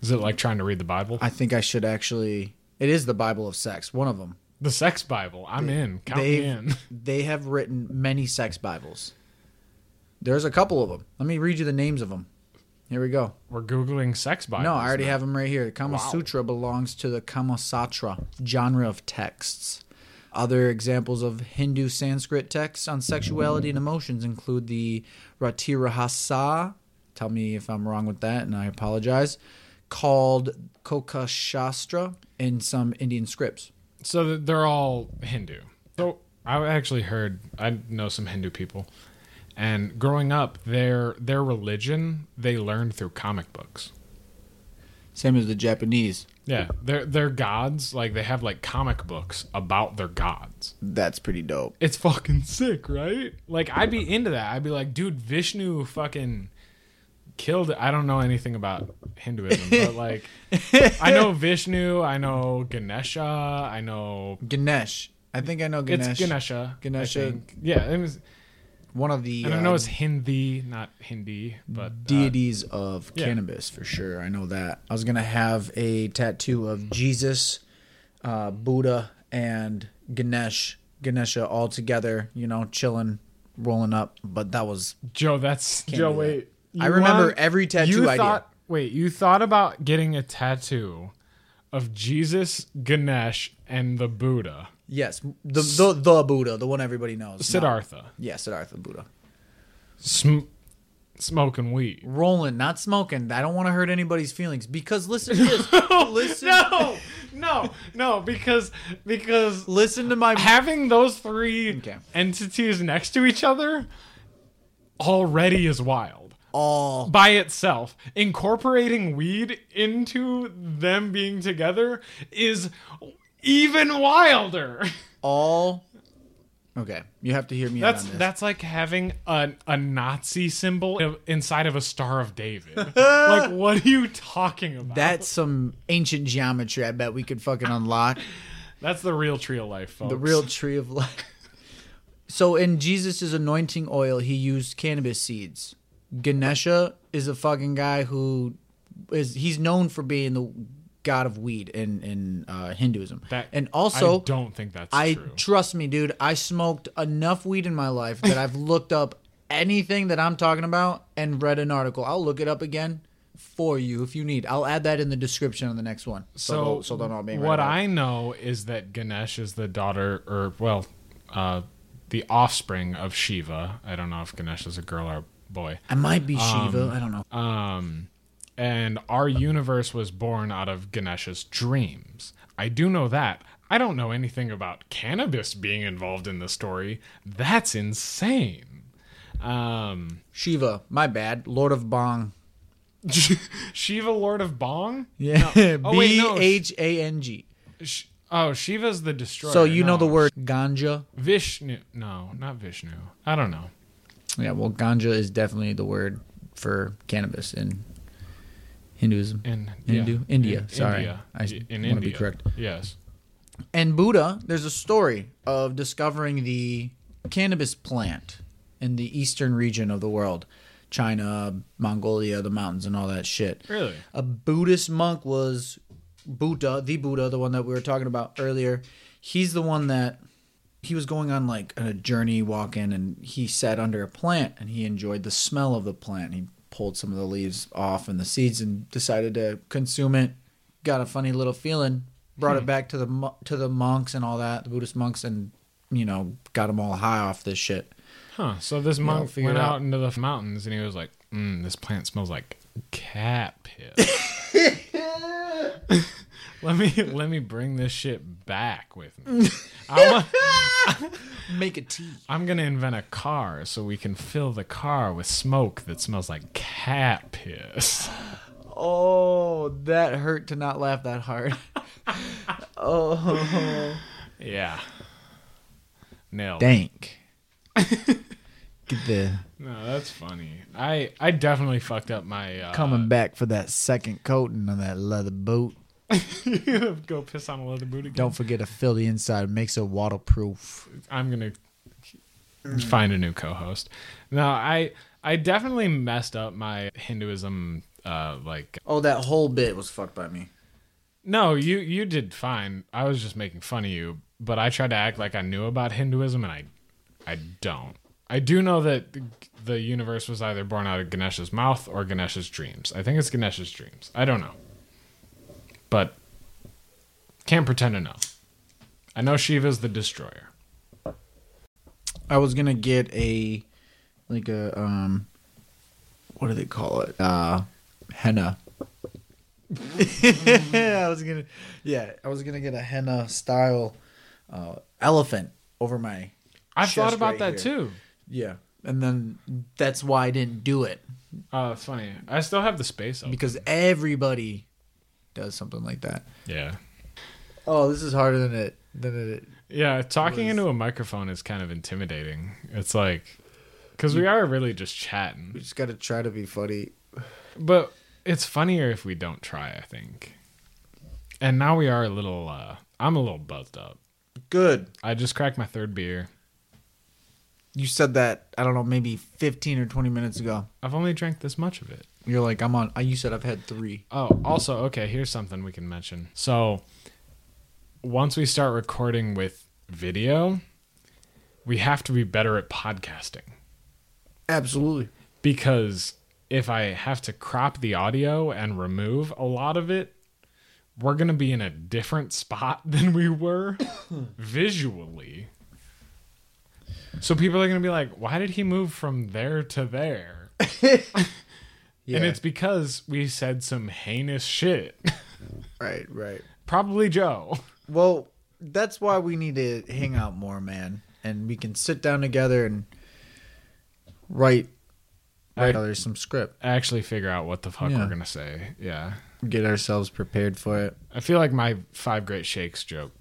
A: Is it like trying to read the Bible?
B: I think I should actually. It is the Bible of sex. One of them.
A: the sex Bible. I'm in. Count me in.
B: they have written many sex Bibles. There's a couple of them. Let me read you the names of them. Here we go.
A: We're googling sex Bible.
B: No, I already have them right here. The Kama
A: Wow.
B: Sutra belongs to the Kama Satra genre of texts. Other examples of Hindu Sanskrit texts on sexuality and emotions include the Ratirahasa, tell me if I'm wrong with that, and I apologize, called Koka Shastra in some Indian scripts.
A: So th- they're all Hindu. So I actually heard I know some Hindu people, and growing up, their their religion they learned through comic books.
B: Same as the Japanese.
A: Yeah, their their gods like they have like comic books about their gods.
F: That's pretty dope.
A: It's fucking sick, right? Like I'd be into that. I'd be like, dude, Vishnu fucking killed. I don't know anything about Hinduism, but like I know Vishnu, I know Ganesha, I know
B: Ganesh. I think I know Ganesh.
A: It's Ganesha. I
B: Ganesha.
A: think. Yeah, it was,
B: One of the
A: and I
B: uh,
A: know it's Hindi, not Hindi, but uh,
B: deities of
A: yeah.
B: cannabis for sure. I know that. I was gonna have a tattoo of Jesus, uh, Buddha, and Ganesh, Ganesha all together. You know, chilling, rolling up. But that was
A: Joe, that's Joe.
B: do that.
A: Wait,
B: I
A: You
B: remember every tattoo
A: you
B: idea.
A: Thought, wait, you thought about getting a tattoo of Jesus, Ganesh, and the Buddha,
B: yes, the the, the Buddha, the one everybody knows. Not-
A: Siddhartha,
B: Yeah, Siddhartha Buddha.
A: sm- smoking weed.
B: Rolling, not smoking. I don't want to hurt anybody's feelings because listen to this. listen,
A: No, no, no, because because
B: listen to my
A: having those three
B: Okay.
A: entities next to each other already is wild.
B: all.
A: by itself, incorporating weed into them being together is even wilder.
B: all okay you have to hear me
A: That's
B: out on this
A: that's like having a, a Nazi symbol i- inside of a Star of David. like, what are you talking about?
B: that's some ancient geometry i bet we could fucking unlock
A: that's the real tree of life, folks.
B: the real tree of life so in jesus' anointing oil he used cannabis seeds ganesha is a fucking guy who is he's known for being the god of weed in in uh, hinduism
A: That-
B: and also
A: I don't think that's
B: I
A: true.
B: trust me, dude. I smoked enough weed in my life that I've looked up anything that I'm talking about and read an article. I'll look it up again for you if you need. I'll add that in the description on the next one. So
A: So,
B: don't- so don't all be
A: what I know is that Ganesh is the daughter, or well, uh, the offspring of Shiva. I don't know if Ganesh is a girl or a boy.
B: I might be Shiva. I don't know.
A: Um, and our universe was born out of Ganesha's dreams. I do know that. I don't know anything about cannabis being involved in the story. That's insane. Um,
B: Shiva. My bad. Lord of Bong.
A: Shiva, Lord of Bong.
B: Yeah.
A: Oh, wait,
B: B
A: no.
B: H A N G.
A: Sh- oh, Shiva's the destroyer.
B: So you know
A: No.
B: the word ganja.
A: Vishnu. No, not Vishnu. I don't know.
B: Yeah. Well, ganja is definitely the word for cannabis in Hinduism.
A: In
B: Hindu-
A: yeah.
B: India,
A: In
B: sorry.
A: India.
B: I
A: in
B: wanna be
A: India.
B: correct.
A: Yes.
B: And Buddha, there's a story of discovering the cannabis plant in the eastern region of the world China, Mongolia, the mountains, and all that shit.
A: Really?
B: A Buddhist monk was Buddha, the Buddha, the one that we were talking about earlier. He's the one that he was going on like a journey walking and he sat under a plant and he enjoyed the smell of the plant. He pulled some of the leaves off and the seeds and decided to consume it. Got a funny little feeling. Brought it back to the mo- to the monks and all that, the Buddhist monks, and you know got them all high off this shit.
A: Huh. So this monk
B: figure
A: went
B: it
A: out.
B: out.
A: into the mountains and he was like, mm, "This plant smells like cat piss." let me let me bring this shit back with me. I want,
B: Make a tea.
A: I'm gonna invent a car so we can fill the car with smoke that smells like cat piss.
B: Oh, that hurt to not laugh that hard. oh,
A: Yeah. Nailed. it.
B: dank. Get the
A: No, that's funny. I I definitely fucked up my uh,
B: coming back for that second coating on that leather boot.
A: go piss on a leather boot again.
B: Don't forget to fill the inside. Makes it waterproof.
A: I'm gonna
B: Mm.
A: find a new co-host. No, I I definitely messed up my Hinduism. Uh, like
G: Oh, that whole bit was fucked by me.
A: no, you you did fine. I was just making fun of you, but I tried to act like I knew about Hinduism, and I I don't. I do know that the- the universe was either born out of Ganesha's mouth or Ganesha's dreams. I think it's Ganesha's dreams. I don't know, but can't pretend to know. I know Shiva's the destroyer.
B: I was gonna get a like a um what do they call it? Uh henna. I was gonna yeah, I was gonna get a henna style uh elephant over my
A: I've
B: Chest
A: thought about
B: right
A: that
B: here.
A: too.
B: yeah. And then that's why I didn't do it.
A: Oh, that's funny. I still have the space open.
B: Because everybody does something like that.
A: yeah.
B: Oh, this is harder than it than it
A: Yeah, talking into a microphone is kind of intimidating. It's like cuz we are really just
B: we
A: chatting.
B: just gotta try to be funny.
A: But it's funnier if we don't try, I think. And now we are a little uh I'm a little buzzed up.
B: Good.
A: I just cracked my third beer.
B: You said that I don't know, maybe fifteen or twenty minutes ago.
A: I've only drank this much of it.
B: You're like, I'm on. You said I've had three.
A: Oh, also, okay, here's something we can mention. So, once we start recording with video, we have to be better at podcasting.
B: Absolutely.
A: because if I have to crop the audio and remove a lot of it, we're going to be in a different spot than we were visually. So people are going to be like, why did he move from there to there?
B: Yeah.
A: And it's because we said some heinous shit.
B: right, right.
A: Probably Joe.
B: Well, that's why we need to hang out more, man, and we can sit down together and write write
A: I-
B: others some script,
A: Actually, figure out what the fuck
B: Yeah.
A: we're going to say. Yeah.
B: get ourselves prepared for it.
A: I feel like my five great shakes joke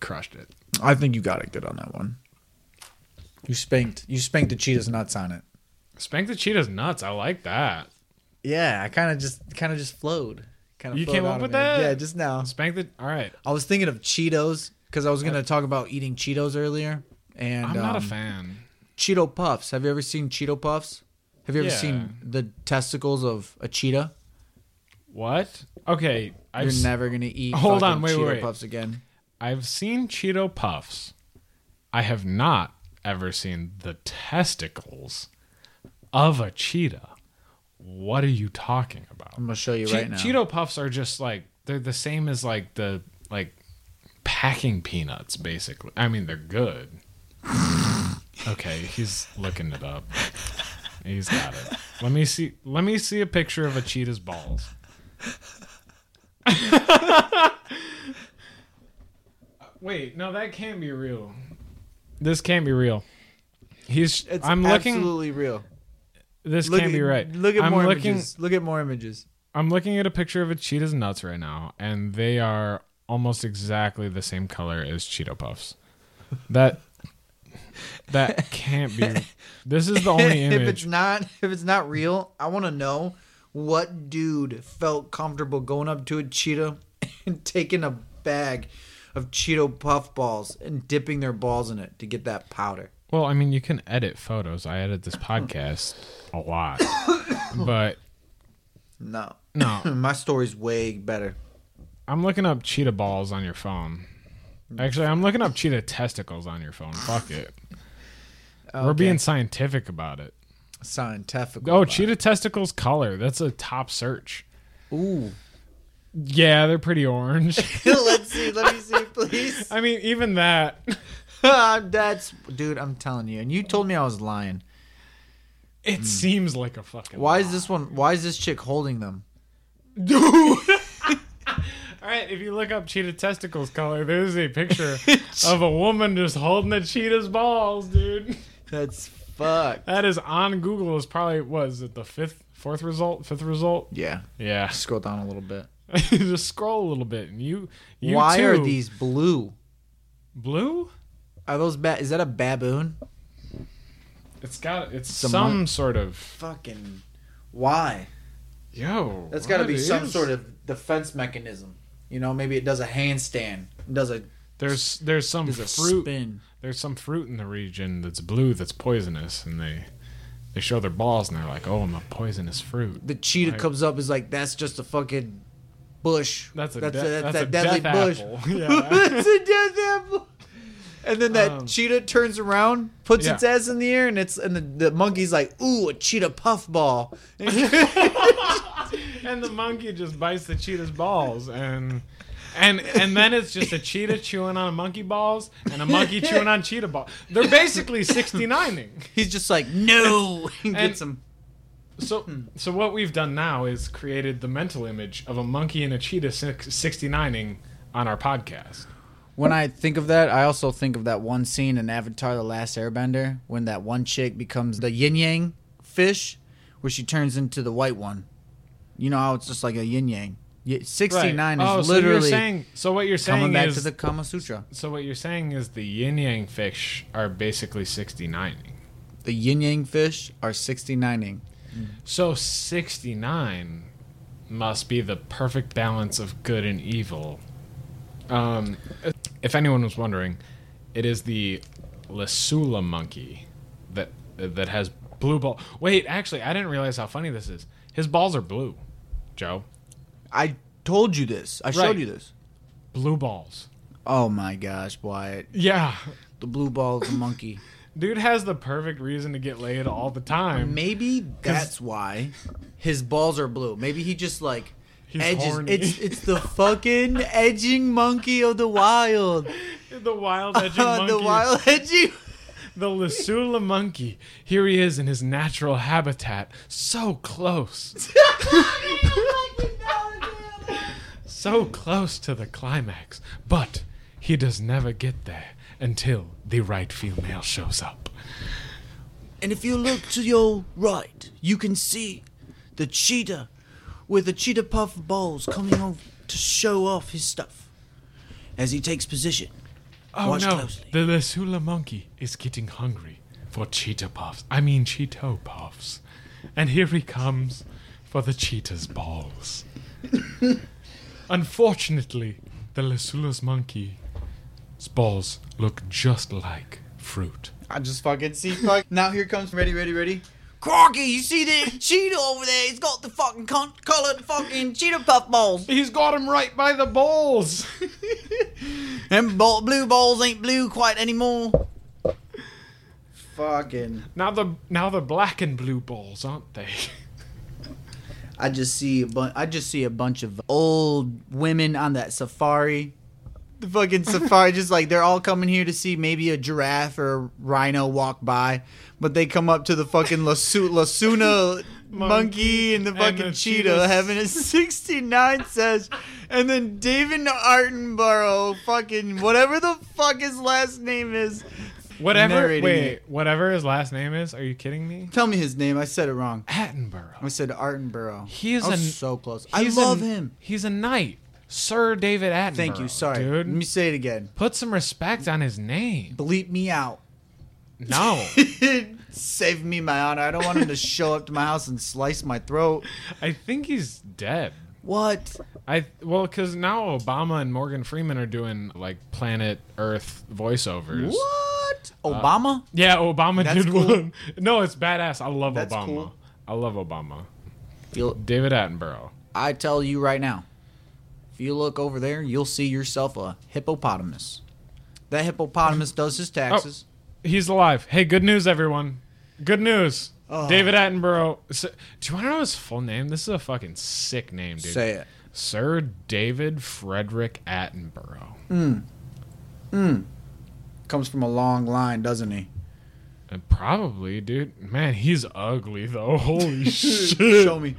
A: crushed it.
B: I think you got it good on that one. You spanked. You spanked the cheetah's nuts on it.
A: Spank the cheetah's nuts. I like that.
B: Yeah, I kind of just kind of just flowed. Kind
A: You came up with that?
B: Yeah, just now.
A: Spank the. All right.
B: I was thinking of Cheetos because I was gonna talk about eating Cheetos earlier. And
A: I'm not a
B: um,
A: fan.
B: Cheeto Puffs. Have you ever seen Cheeto Puffs? Have you ever
A: Yeah.
B: seen the testicles of a cheetah?
A: What? Okay, I've
B: You're
A: s-
B: never gonna eat.
A: Hold
B: fucking
A: on, wait,
B: Cheeto
A: wait, wait.
B: Puffs again.
A: I've seen Cheeto puffs. I have not ever seen the testicles of a cheetah. What are you talking about?
B: I'm gonna show you
A: Che-
B: right now.
A: Cheeto puffs are just like they're the same as like the like packing peanuts basically. I mean, they're good. okay, he's looking it up. He's got it. Let me see let me see a picture of a cheetah's balls. Wait, no, that can't be real. This can't be real. He's
B: It's
A: I'm looking
B: absolutely real.
A: this
B: Look
A: can't
B: at-
A: be right.
B: Look at
A: I'm
B: more
A: looking
B: images. Look at more images.
A: I'm looking at a picture of a cheetah's nuts right now, and they are almost exactly the same color as Cheeto Puffs. That that can't be. This is the only
B: if it's
A: image.
B: not if it's not real, I want to know what dude felt comfortable going up to a cheetah and taking a bag of Cheeto Puff balls and dipping their balls in it to get that powder.
A: Well, I mean, you can edit photos. I edit this podcast a lot, but
B: No,
A: no,
B: my story's way better.
A: I'm looking up cheetah balls on your phone. Actually, I'm looking up cheetah testicles on your phone. Fuck it. We're being scientific about it.
B: scientific.
A: Oh, cheetah testicles color. That's a top search.
B: Ooh.
A: Yeah, they're pretty orange.
B: Let's see. Let me see, please.
A: I mean, even that.
B: That's dude. I'm telling you, and you told me I was lying.
A: It seems like a fucking.
B: Why is this one? Why is this chick holding them?
A: Dude. All All right, if you look up cheetah testicles color, there's a picture of a woman just holding a cheetah's balls, dude.
H: That's fucked.
A: That is on Google. Is probably was it the fifth, fourth result, fifth result?
B: Yeah.
A: Yeah.
B: Scroll down a little bit.
A: just scroll a little bit, and you, you
B: Why are
A: too-
B: these blue?
A: blue?
B: Are those ba- is that a baboon?
A: It's got it's
B: Some-
A: some sort of
B: Fucking why?
A: yo.
B: That's got to
A: what
B: be
A: it
B: some
A: is?
B: sort of defense mechanism. You know, maybe it does a handstand. It does a
A: There's there's some
B: does a
A: fruit.
B: spin.
A: There's some fruit in the region that's blue that's poisonous, and they they show their balls and they're like, oh, I'm a poisonous fruit.
B: The cheetah
A: Right.
B: comes up is like that's just a fucking bush.
A: That's a
B: that's
A: de-
B: a,
A: that's
B: that's
A: a
B: that deadly
A: death
B: bush.
A: apple. Yeah.
B: it's a death apple. And then that
A: Um,
B: cheetah turns around, puts
A: yeah.
B: its ass in the air, and it's and the, the monkey's like, "Ooh, a cheetah puff ball."
A: and the monkey just bites the cheetah's balls and and and then it's just a cheetah chewing on a monkey balls and a monkey chewing on cheetah balls. They're basically 69ing.
B: He's just like, "No," and gets him.
A: So
B: Hmm.
A: so what we've done now is created the mental image of a monkey and a cheetah six- 69ing on our podcast.
B: When I think of that, I also think of that one scene in Avatar: The Last Airbender when that one chick becomes the yin yang fish, where she turns into the white one. You know how it's just like a yin yang. Sixty nine
A: Oh,
B: is
A: so you're
B: literally
A: saying so what you're
B: coming
A: saying
B: back
A: is
B: to the Kama Sutra.
A: so what you're saying is the yin yang fish are basically 69ing.
B: The yin yang fish are sixty nining.
A: So 69 must be the perfect balance of good and evil. Um, if anyone was wondering, it is the Lesula monkey that that has blue ball. Wait, actually, I didn't realize how funny this is. His balls are blue, Joe.
H: I told you this. I
A: Right.
H: showed you this.
A: Blue balls.
B: Oh my gosh, Wyatt!
A: Yeah.
B: The blue ball is a monkey.
A: Dude has the perfect reason to get laid all the time.
B: Maybe that's why his balls are blue. Maybe he just like
A: He's
B: edges.
A: horny.
B: It's it's the fucking edging monkey of the wild.
A: The wild edging monkey.
B: the wild edging.
A: The Lasula monkey. Here he is in his natural habitat. So close. so close to the climax. But he does never get there until the right female shows up.
B: And if you look to your right, you can see the cheetah with the cheetah puff balls coming on to show off his stuff as he takes position.
A: Oh
B: Watch
A: no,
B: closely.
A: the Lasula monkey is getting hungry for cheetah puffs. I mean, Cheeto puffs. And here he comes for the cheetah's balls. Unfortunately, the Lasula's monkey's balls look just like fruit.
B: I just fucking see. Fuck. now here comes ready, ready, ready. Crocky, you see that cheetah over there? It's got the fucking con- colored fucking cheetah puff balls.
A: He's got him right by the balls.
B: Them ball- blue balls ain't blue quite anymore. Fucking.
A: now the now the black and blue balls, aren't they?
B: I just see a bunch. I just see a bunch of old women on that safari. The fucking safari, just like they're all coming here to see maybe a giraffe or a rhino walk by, but they come up to the fucking lasu- lasuna monkey and the
A: and
B: fucking
A: the
B: cheetah
A: cheetahs.
B: having a sixty nine sesh, and then David Artenborough, fucking whatever the fuck his last name is.
A: Whatever.
B: Narrating
A: Wait,
B: it.
A: whatever his last name is. Are you kidding me?
B: Tell me his name. I said it wrong. I
A: Attenborough.
B: said Artenborough.
A: He is
B: I was
A: an-
B: so close. I
A: He's
B: love
A: a-
B: him.
A: He's a knight, Sir David Attenborough.
B: Thank you. Sorry.
A: dude.
B: Let me say it again.
A: Put some respect on his name.
B: Bleep me out.
A: No,
B: Save me my honor. I don't want him to show up to my house and slice my throat.
A: I think he's dead.
B: What?
A: I well, because now Obama and Morgan Freeman are doing like Planet Earth voiceovers.
B: What?
A: Uh,
B: Obama?
A: Yeah, Obama
B: That's
A: did
B: cool.
A: one. No, it's badass. I love
B: That's
A: Obama.
B: cool.
A: I love Obama.
B: If you-
A: David Attenborough.
B: I tell you right now, if you look over there, you'll see yourself a hippopotamus. That hippopotamus does
A: Oh,
B: his taxes.
A: He's alive. Hey, good news, everyone. Good news. David Attenborough. S- Do you want to know his full name? This is a fucking sick name, dude.
B: Say it.
A: Sir David Frederick Attenborough.
B: Hmm. Comes from a long line, doesn't he?
A: Uh, Probably, dude. Man, he's ugly though. Holy shit!
B: Show me.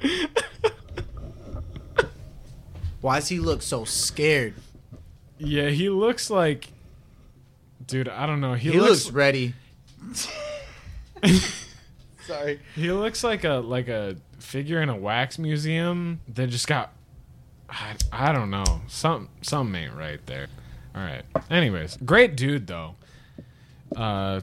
B: Why does he look so scared?
A: Yeah, he looks like. Dude, I don't know. He,
B: He,
A: looks,
B: looks, ready. Sorry.
A: he looks like a like a figure in a wax museum that just got I, I don't know. Some some ain't right there. All right. Anyways, great dude though. Uh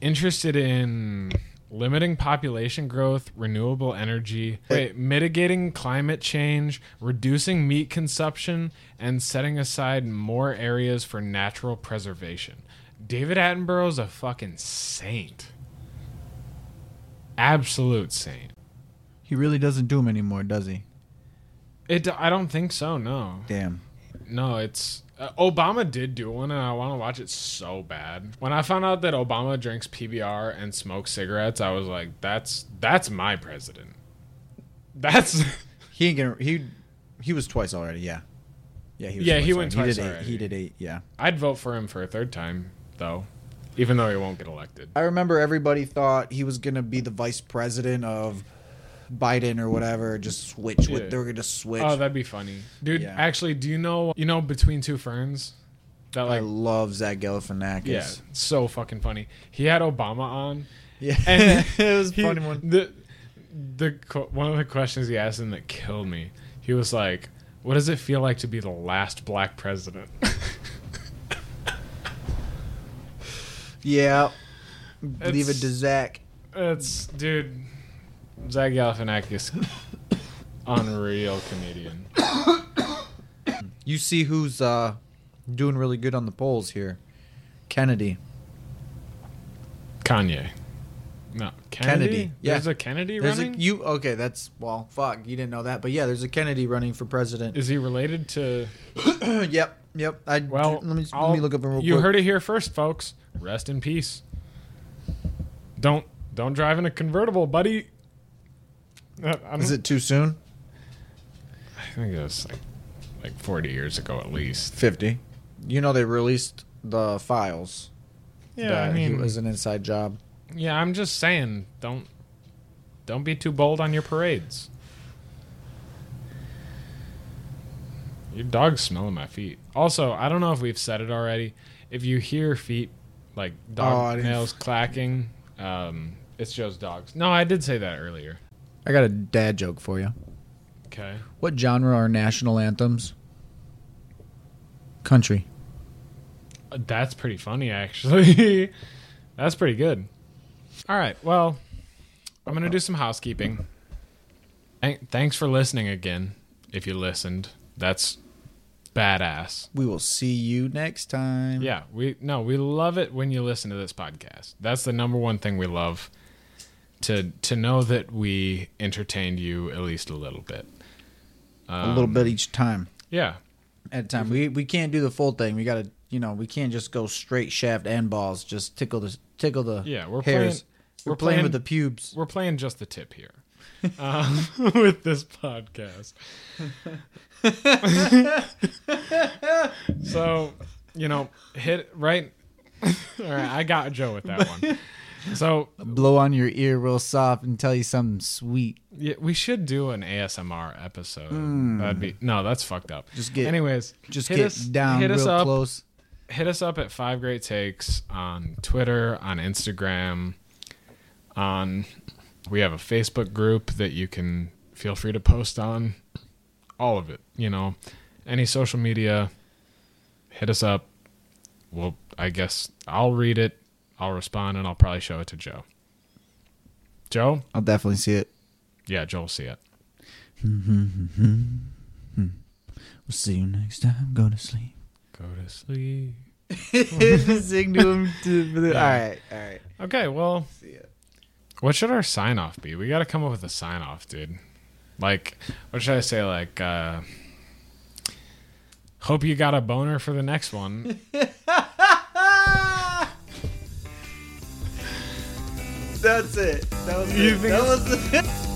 A: interested in limiting population growth, renewable energy, wait, mitigating climate change, reducing meat consumption, and setting aside more areas for natural preservation. David Attenborough's a fucking saint. Absolute saint.
B: He really doesn't do him anymore, does he?
A: It I don't think so, no.
B: Damn.
A: No, it's uh, Obama did do one, and I want to watch it so bad. When I found out that Obama drinks PBR and smokes cigarettes, I was like, "That's that's my president." That's
B: He ain't gonna. He he was twice already. Yeah. Yeah. He
A: Yeah, he went twice
B: did eight-
A: already.
B: he did eight. Yeah.
A: I'd vote for him for a third time, though, even though he won't get elected.
B: I remember everybody thought he was gonna be the vice president of Biden or whatever. Just switch
A: Yeah.
B: with. They were gonna switch.
A: Oh, that'd be funny, dude.
B: Yeah.
A: Actually, do you know you know between two ferns? That
B: I
A: like
B: love Zach Galifianakis.
A: yeah, so fucking funny. He had Obama on,
B: Yeah.
A: And
B: it was a
A: He-
B: funny one.
A: The, the qu- one of the questions he asked him that killed me. He was like, "What does it feel like to be the last black president?"
B: Yeah. Leave it
A: It's-
B: to Zach.
A: It's dude, Zach Galifianakis, unreal comedian.
B: You see who's uh, doing really good on the polls here. Kennedy.
A: Kanye. No, Kennedy.
B: Kennedy, yeah.
A: There's a Kennedy
B: There's a,
A: running.
B: you okay? That's well, fuck. You didn't know that, but yeah, there's a Kennedy running for president.
A: Is he related to?
B: yep, yep. I
A: Well,
B: let me
A: I'll-
B: let me look up him real
A: You
B: quick.
A: heard it here first, folks. Rest in peace. Don't don't drive in a convertible, buddy. Uh, I'm-
B: Is it too soon?
A: I think it was like like 40 years ago at least.
B: Fifty. You know they released the files.
A: Yeah,
B: that
A: I
B: he
A: mean,
B: was an inside job.
A: yeah, I'm just saying, don't don't be too bold on your parades. Your dog's smelling my feet. Also, I don't know if we've said it already. If you hear feet like
B: Oh, I
A: dog
B: didn't-
A: nails clacking, um, it's Joe's dogs. No, I did say that earlier.
B: I got a dad joke for you.
A: Okay.
B: What genre are national anthems? Country.
A: Uh, That's pretty funny, actually. That's pretty good. All right. Well, I'm going to do some housekeeping. Thank- Thanks for listening again. If you listened, that's badass.
B: We will see you next time.
A: Yeah, we no, we love it when you listen to this podcast. That's the number one thing we love to to know that we entertained you at least a little bit.
B: a little
A: Um,
B: bit each time.
A: Yeah.
B: at a time. We we can't do the full thing. We gotta you know we can't just go straight shaft and balls. Just tickle the tickle the
A: Yeah, we're
B: hairs.
A: playing-
B: we're,
A: we're
B: playing,
A: playing-
B: with the pubes.
A: We're playing just the tip here um, with this podcast. so, you know, hit right. All right, I got Joe with that one. So
B: Blow on your ear real soft and tell you something sweet.
A: yeah, we should do an ASMR episode. That'd be no, that's fucked up.
B: Hmm. Just get-
A: anyways.
B: Just
A: hit
B: get
A: us,
B: down
A: Hit
B: real
A: us up.
B: close.
A: Hit us up at Five Great Takes on Twitter, on Instagram, on. We have a Facebook group that you can feel free to post on. All of it, you know, any social media. Hit us up. Well, I guess I'll read it. I'll respond, and I'll probably show it to Joe. Joe,
B: I'll definitely see it.
A: yeah, Joe will see it.
B: We'll see you next time. Go to sleep.
A: Go to sleep.
B: Sing to him.
A: Yeah.
B: All right, all right.
A: Okay, well,
B: See ya.
A: what should our sign off be? We got to come up with a sign off, dude. Like, what should I say? Like, uh, hope you got a boner for the next one.
B: That's it. That was
A: You
B: it.
A: think
B: That was it.